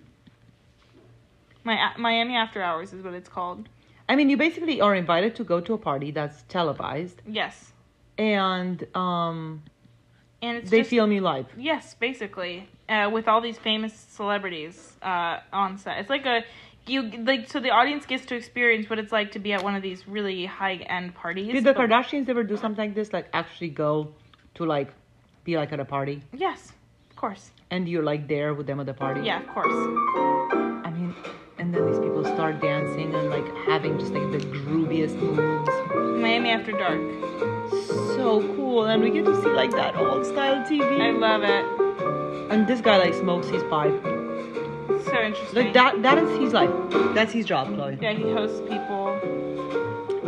Speaker 1: my, uh, miami after hours is what it's called
Speaker 2: I mean, you basically are invited to go to a party that's televised,
Speaker 1: yes
Speaker 2: and um,
Speaker 1: and it's
Speaker 2: they
Speaker 1: just,
Speaker 2: film you live.
Speaker 1: Yes, basically, uh, with all these famous celebrities uh, on set. It's like a you like so the audience gets to experience what it's like to be at one of these really high end parties.
Speaker 2: Did the
Speaker 1: but-
Speaker 2: Kardashians ever do something like this? Like, actually go to like be like at a party,
Speaker 1: Yes, of course.
Speaker 2: and you're like there with them at the party.
Speaker 1: Yeah, of course.
Speaker 2: I mean, and then these people start dancing and like having just like the grooviest moves.
Speaker 1: Miami After Dark.
Speaker 2: So cool, and we get to see like that old style
Speaker 1: I
Speaker 2: TV.
Speaker 1: love it.
Speaker 2: And this guy like smokes his pipe.
Speaker 1: It's so interesting.
Speaker 2: Like that that is his life. That's his job, Chloe.
Speaker 1: Yeah, he hosts people.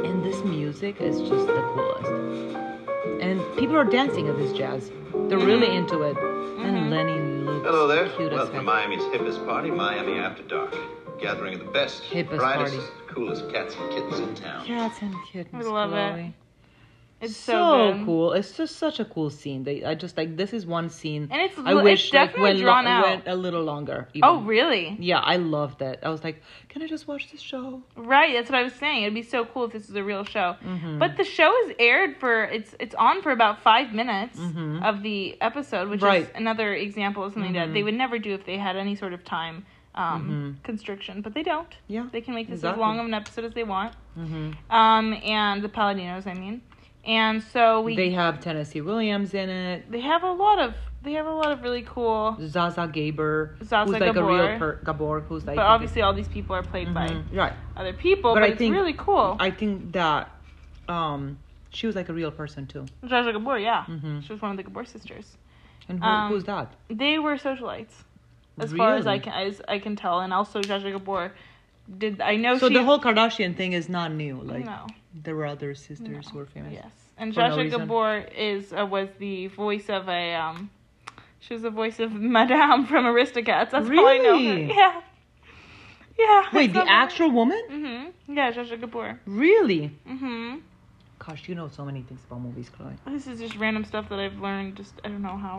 Speaker 2: And this music is just the coolest. And people are dancing at this jazz.
Speaker 1: Mm-hmm.
Speaker 2: They're really into it. And Lenny looks
Speaker 14: Hello there.
Speaker 2: cute as
Speaker 14: Welcome to
Speaker 2: heck.
Speaker 14: Miami's hippest party, Miami After Dark. Gathering of the best,
Speaker 2: Hippest
Speaker 14: brightest,
Speaker 2: party.
Speaker 14: coolest cats and kittens in town.
Speaker 2: Cats and kittens.
Speaker 1: I love it.
Speaker 2: Chloe.
Speaker 1: It's so,
Speaker 2: so
Speaker 1: good.
Speaker 2: cool. It's just such a cool scene. They, I just like this is one scene.
Speaker 1: And it's
Speaker 2: I
Speaker 1: l-
Speaker 2: wish
Speaker 1: it's
Speaker 2: like
Speaker 1: definitely
Speaker 2: went,
Speaker 1: drawn out.
Speaker 2: went a little longer. even.
Speaker 1: Oh really?
Speaker 2: Yeah, I loved it. I was like, can I just watch this show?
Speaker 1: Right, that's what I was saying. It'd be so cool if this was a real show.
Speaker 2: Mm-hmm.
Speaker 1: But the show is aired for it's it's on for about five minutes of the episode, which is
Speaker 2: Mm-hmm. Right. Mm-hmm.
Speaker 1: another example of something that they would never do if they had any sort of time um, constriction. But they don't.
Speaker 2: Yeah,
Speaker 1: they can make this
Speaker 2: exactly. Mm-hmm.
Speaker 1: as long of an episode as they want. Um, and the Paladinos, I mean, and so we
Speaker 2: They
Speaker 1: they,
Speaker 2: have Tennessee Williams in it.
Speaker 1: have a lot of they have a lot of really cool.
Speaker 2: Zaza Gabor,
Speaker 1: Zaza
Speaker 2: who's like a
Speaker 1: Gabor.
Speaker 2: real per- Gabor, who's like
Speaker 1: But obviously, all these people are played
Speaker 2: Mhm, right.
Speaker 1: by other people. But,
Speaker 2: But I
Speaker 1: it's
Speaker 2: think-
Speaker 1: really cool.
Speaker 2: I think that um, she was like a real person too.
Speaker 1: Jaja Gabor, yeah,
Speaker 2: Mm-hmm.
Speaker 1: she was one of the Gabor sisters.
Speaker 2: And who,
Speaker 1: Um,
Speaker 2: who's that?
Speaker 1: they were socialites as far as i
Speaker 2: Really?
Speaker 1: can as i can tell and also Jaja gabor did i know
Speaker 2: So
Speaker 1: she
Speaker 2: the whole Kardashian thing is not new. Like
Speaker 1: no
Speaker 2: there were other sisters who were famous.
Speaker 1: yes and
Speaker 2: For no
Speaker 1: Jaja
Speaker 2: reason.
Speaker 1: gabor is uh, was the voice of a um she was the voice of madame from aristocats that's how i know her.
Speaker 2: Really?
Speaker 1: yeah yeah
Speaker 2: Wait, the actual woman?
Speaker 1: mm-hmm. yeah Jaja gabor
Speaker 2: Really?
Speaker 1: mm-hmm
Speaker 2: Gosh, you know so many things about movies, Chloe.
Speaker 1: this is just random stuff that i've learned just i don't know how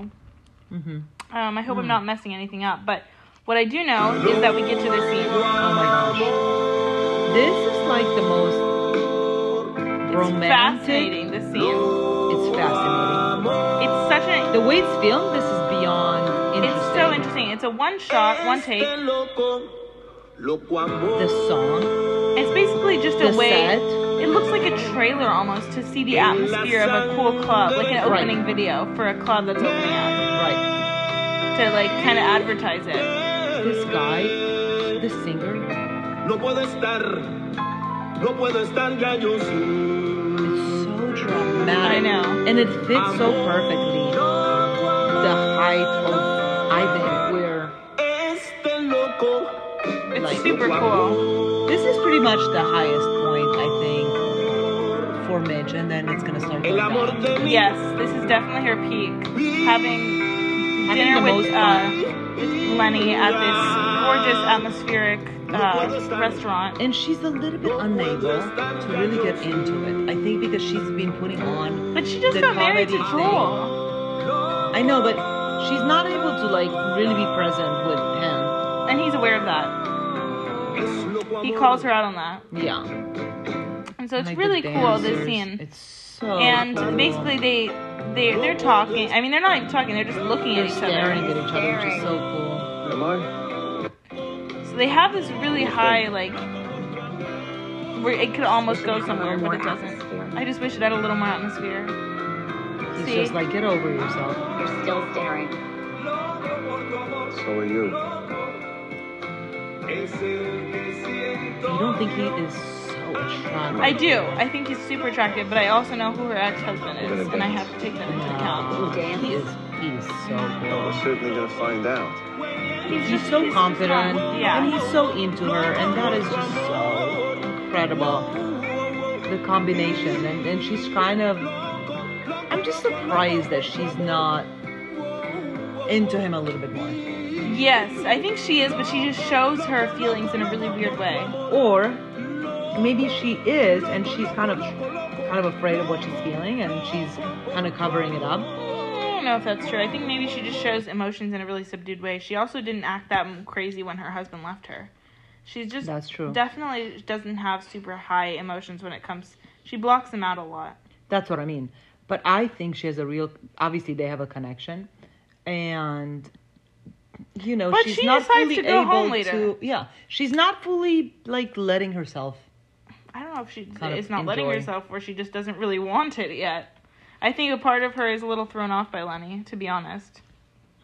Speaker 2: Mm-hmm.
Speaker 1: um i hope i'm not messing anything up but what i do know is that we get to this scene
Speaker 2: Oh my gosh, this is like the most
Speaker 1: it's
Speaker 2: romantic.
Speaker 1: fascinating this scene
Speaker 2: It's fascinating.
Speaker 1: it's such an
Speaker 2: The way it's filmed, this is beyond interesting.
Speaker 1: It's so interesting. It's a one shot, one take.
Speaker 2: The song,
Speaker 1: It's basically just a
Speaker 2: the
Speaker 1: way.
Speaker 2: set.
Speaker 1: It looks like a trailer almost to see the atmosphere of a cool club, like an
Speaker 2: Right.
Speaker 1: opening video for a club that's opening up
Speaker 2: Right.
Speaker 1: to like kind of advertise it.
Speaker 2: this guy, the singer, it's so dramatic.
Speaker 1: I know. Um,
Speaker 2: And it fits so perfectly the height of Ivan, where
Speaker 1: It's
Speaker 2: Like-
Speaker 1: super cool.
Speaker 2: this is pretty much the highest point, I think, for Midge, and then it's gonna start going down.
Speaker 1: Yes, this is definitely her peak. Having
Speaker 2: Having
Speaker 1: dinner
Speaker 2: the most
Speaker 1: with, uh,
Speaker 2: fun.
Speaker 1: with Lenny at this gorgeous atmospheric uh, restaurant.
Speaker 2: And she's a little bit unable to really get into it. I think because she's been putting on.
Speaker 1: But she just
Speaker 2: The
Speaker 1: got married to
Speaker 2: comedy thing.
Speaker 1: Joel.
Speaker 2: I know, but she's not able to like really be present with him.
Speaker 1: And he's aware of that. He calls her out on that.
Speaker 2: Yeah.
Speaker 1: And so it's
Speaker 2: Like, the
Speaker 1: really cool this
Speaker 2: dancers,
Speaker 1: scene.
Speaker 2: It's so
Speaker 1: And
Speaker 2: cool.
Speaker 1: basically they they they're talking. I mean they're not even talking, they're just looking
Speaker 2: they're
Speaker 1: at each
Speaker 2: staring
Speaker 1: other.
Speaker 2: at each other, which is so cool.
Speaker 7: Am I?
Speaker 1: So they have this really high like where it could almost go somewhere, but it doesn't. I just wish it had a little more atmosphere.
Speaker 2: He's
Speaker 1: See?
Speaker 2: just like, get over yourself.
Speaker 4: You're still staring.
Speaker 7: So are you.
Speaker 2: You don't think he is so attractive?
Speaker 1: I do. I think he's super attractive, but I also know who her ex-husband is, and I have to take that into account.
Speaker 2: Wow. He is. He is so
Speaker 7: Well,
Speaker 2: cool.
Speaker 7: we're certainly gonna find out.
Speaker 1: He's
Speaker 2: He's
Speaker 1: just-
Speaker 2: so
Speaker 1: he's
Speaker 2: confident,
Speaker 1: strong. Yeah.
Speaker 2: and he's so into her, and that is just so incredible. The combination, and, and she's kind of. I'm just surprised that she's not into him a little bit more,
Speaker 1: Yes, I think she is, but she just shows her feelings in a really weird way.
Speaker 2: or maybe she is, and she's kind of kind of afraid of what she's feeling, and she's kind of covering it up.
Speaker 1: I don't know if that's true. I think maybe she just shows emotions in a really subdued way. She also didn't act that m- crazy when her husband left her. She's just
Speaker 2: That's true.
Speaker 1: definitely doesn't have super high emotions when it comes. She blocks them out a lot.
Speaker 2: That's what I mean. But I think she has a real. Obviously, they have a connection, and you know
Speaker 1: But
Speaker 2: she's
Speaker 1: she
Speaker 2: not
Speaker 1: decides
Speaker 2: fully
Speaker 1: to go
Speaker 2: able
Speaker 1: home later.
Speaker 2: to. Yeah, she's not fully like letting herself.
Speaker 1: I don't know if she
Speaker 2: Kind of
Speaker 1: is not letting
Speaker 2: enjoy.
Speaker 1: herself, or she just doesn't really want it yet. I think a part of her is a little thrown off by Lenny, to be honest.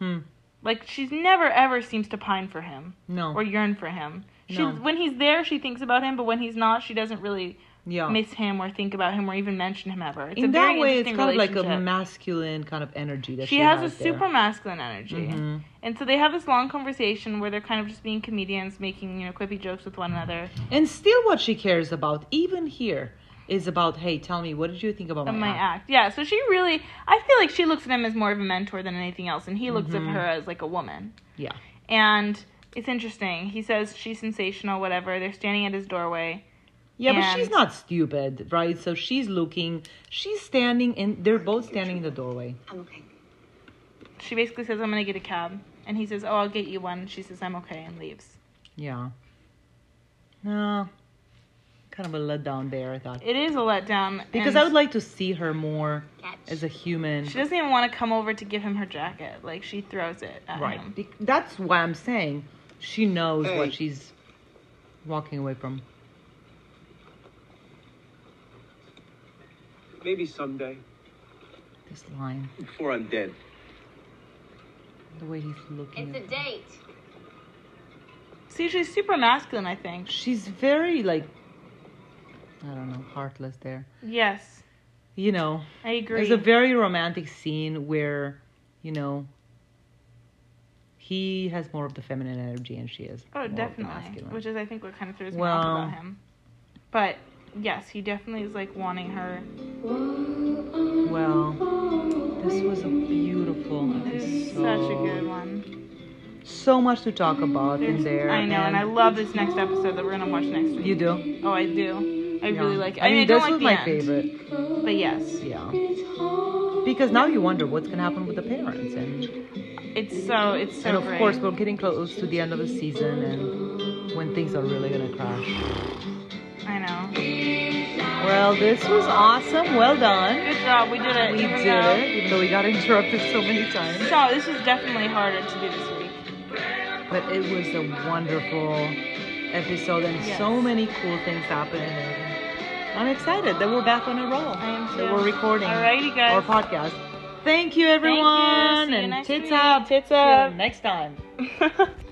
Speaker 2: Hmm.
Speaker 1: Like she's never ever seems to pine for him
Speaker 2: No.
Speaker 1: or yearn for him. She
Speaker 2: No.
Speaker 1: when he's there, she thinks about him, but when he's not, she doesn't really
Speaker 2: yeah.
Speaker 1: miss him or think about him or even mention him ever. It's a
Speaker 2: In that
Speaker 1: very
Speaker 2: way, it's
Speaker 1: interesting
Speaker 2: kind of like a
Speaker 1: relationship.
Speaker 2: masculine kind of energy that she,
Speaker 1: she has a
Speaker 2: there.
Speaker 1: super masculine energy.
Speaker 2: Mhm.
Speaker 1: And so they have this long conversation where they're kind of just being comedians, making, you know, quippy jokes with one another.
Speaker 2: And still, what she cares about, even here, is about hey, tell me, what did you think about
Speaker 1: of
Speaker 2: my
Speaker 1: my
Speaker 2: act?
Speaker 1: act. Yeah, so she really, I feel like she looks at him as more of a mentor than anything else, and he looks
Speaker 2: Mm-hmm.
Speaker 1: at her as like a woman.
Speaker 2: Yeah.
Speaker 1: And it's interesting. He says she's sensational, whatever. They're standing at his doorway.
Speaker 2: Yeah, but she's
Speaker 1: And-
Speaker 2: not stupid, right? So she's looking, she's standing, and they're both standing in the doorway.
Speaker 4: I'm okay.
Speaker 1: She basically says, I'm going to get a cab. And he says, Oh, I'll get you one. She says, I'm okay, and leaves.
Speaker 2: Yeah. No. Kind of a letdown there, I thought.
Speaker 1: It is a letdown.
Speaker 2: Because
Speaker 1: and
Speaker 2: I would like to see her more
Speaker 4: Catch.
Speaker 2: as a human.
Speaker 1: She doesn't even want to come over to give him her jacket. Like, she throws it at
Speaker 2: Right.
Speaker 1: him.
Speaker 2: Bec- That's why I'm saying she knows
Speaker 14: Hey.
Speaker 2: what she's walking away from.
Speaker 7: Maybe someday,
Speaker 2: This line,
Speaker 7: before I'm dead.
Speaker 2: the way he's looking.
Speaker 5: It's
Speaker 2: at
Speaker 5: a date.
Speaker 1: See, she's super masculine, I think.
Speaker 2: She's very, like, I don't know, heartless there.
Speaker 1: Yes,
Speaker 2: You know,
Speaker 1: I agree.
Speaker 2: There's a very romantic scene where, you know, he has more of the feminine energy and she is. more
Speaker 1: Oh,
Speaker 2: of the
Speaker 1: definitely.
Speaker 2: masculine.
Speaker 1: Which is, I think, what kind of throws me
Speaker 2: Well-
Speaker 1: off about him. But yes, he definitely is like wanting her.
Speaker 2: Well, this was a beautiful
Speaker 1: This is
Speaker 2: episode.
Speaker 1: such a good one.
Speaker 2: So much to talk about in there.
Speaker 1: I know, and I love this next episode that we're gonna watch next week.
Speaker 2: You do.
Speaker 1: Oh, I do. I really
Speaker 2: Yeah.
Speaker 1: like it. I mean, I, don't
Speaker 2: this
Speaker 1: like
Speaker 2: was
Speaker 1: the
Speaker 2: my
Speaker 1: end,
Speaker 2: favorite.
Speaker 1: but yes,
Speaker 2: Yeah. Because now you wonder what's gonna happen with the parents, and
Speaker 1: it's so it's so
Speaker 2: and of
Speaker 1: great.
Speaker 2: course we're getting close to the end of the season, and when things are really gonna crash.
Speaker 1: I know.
Speaker 2: Well, this was awesome. Well done.
Speaker 1: Good job, we did it.
Speaker 2: We
Speaker 1: even
Speaker 2: did
Speaker 1: though-
Speaker 2: it, even though we got interrupted so many times.
Speaker 1: So this was definitely harder to do this week.
Speaker 2: But it was a wonderful episode, and
Speaker 1: Yes.
Speaker 2: so many cool things happened. And I'm excited that we're back on a roll.
Speaker 1: I am
Speaker 2: That
Speaker 1: too.
Speaker 2: we're recording
Speaker 1: Alrighty, guys.
Speaker 2: our podcast. Thank you,
Speaker 1: you.
Speaker 2: everyone,
Speaker 1: See you
Speaker 2: and
Speaker 1: next
Speaker 2: tits
Speaker 1: week.
Speaker 2: up,
Speaker 1: Tits
Speaker 2: See you
Speaker 1: up.
Speaker 2: next time.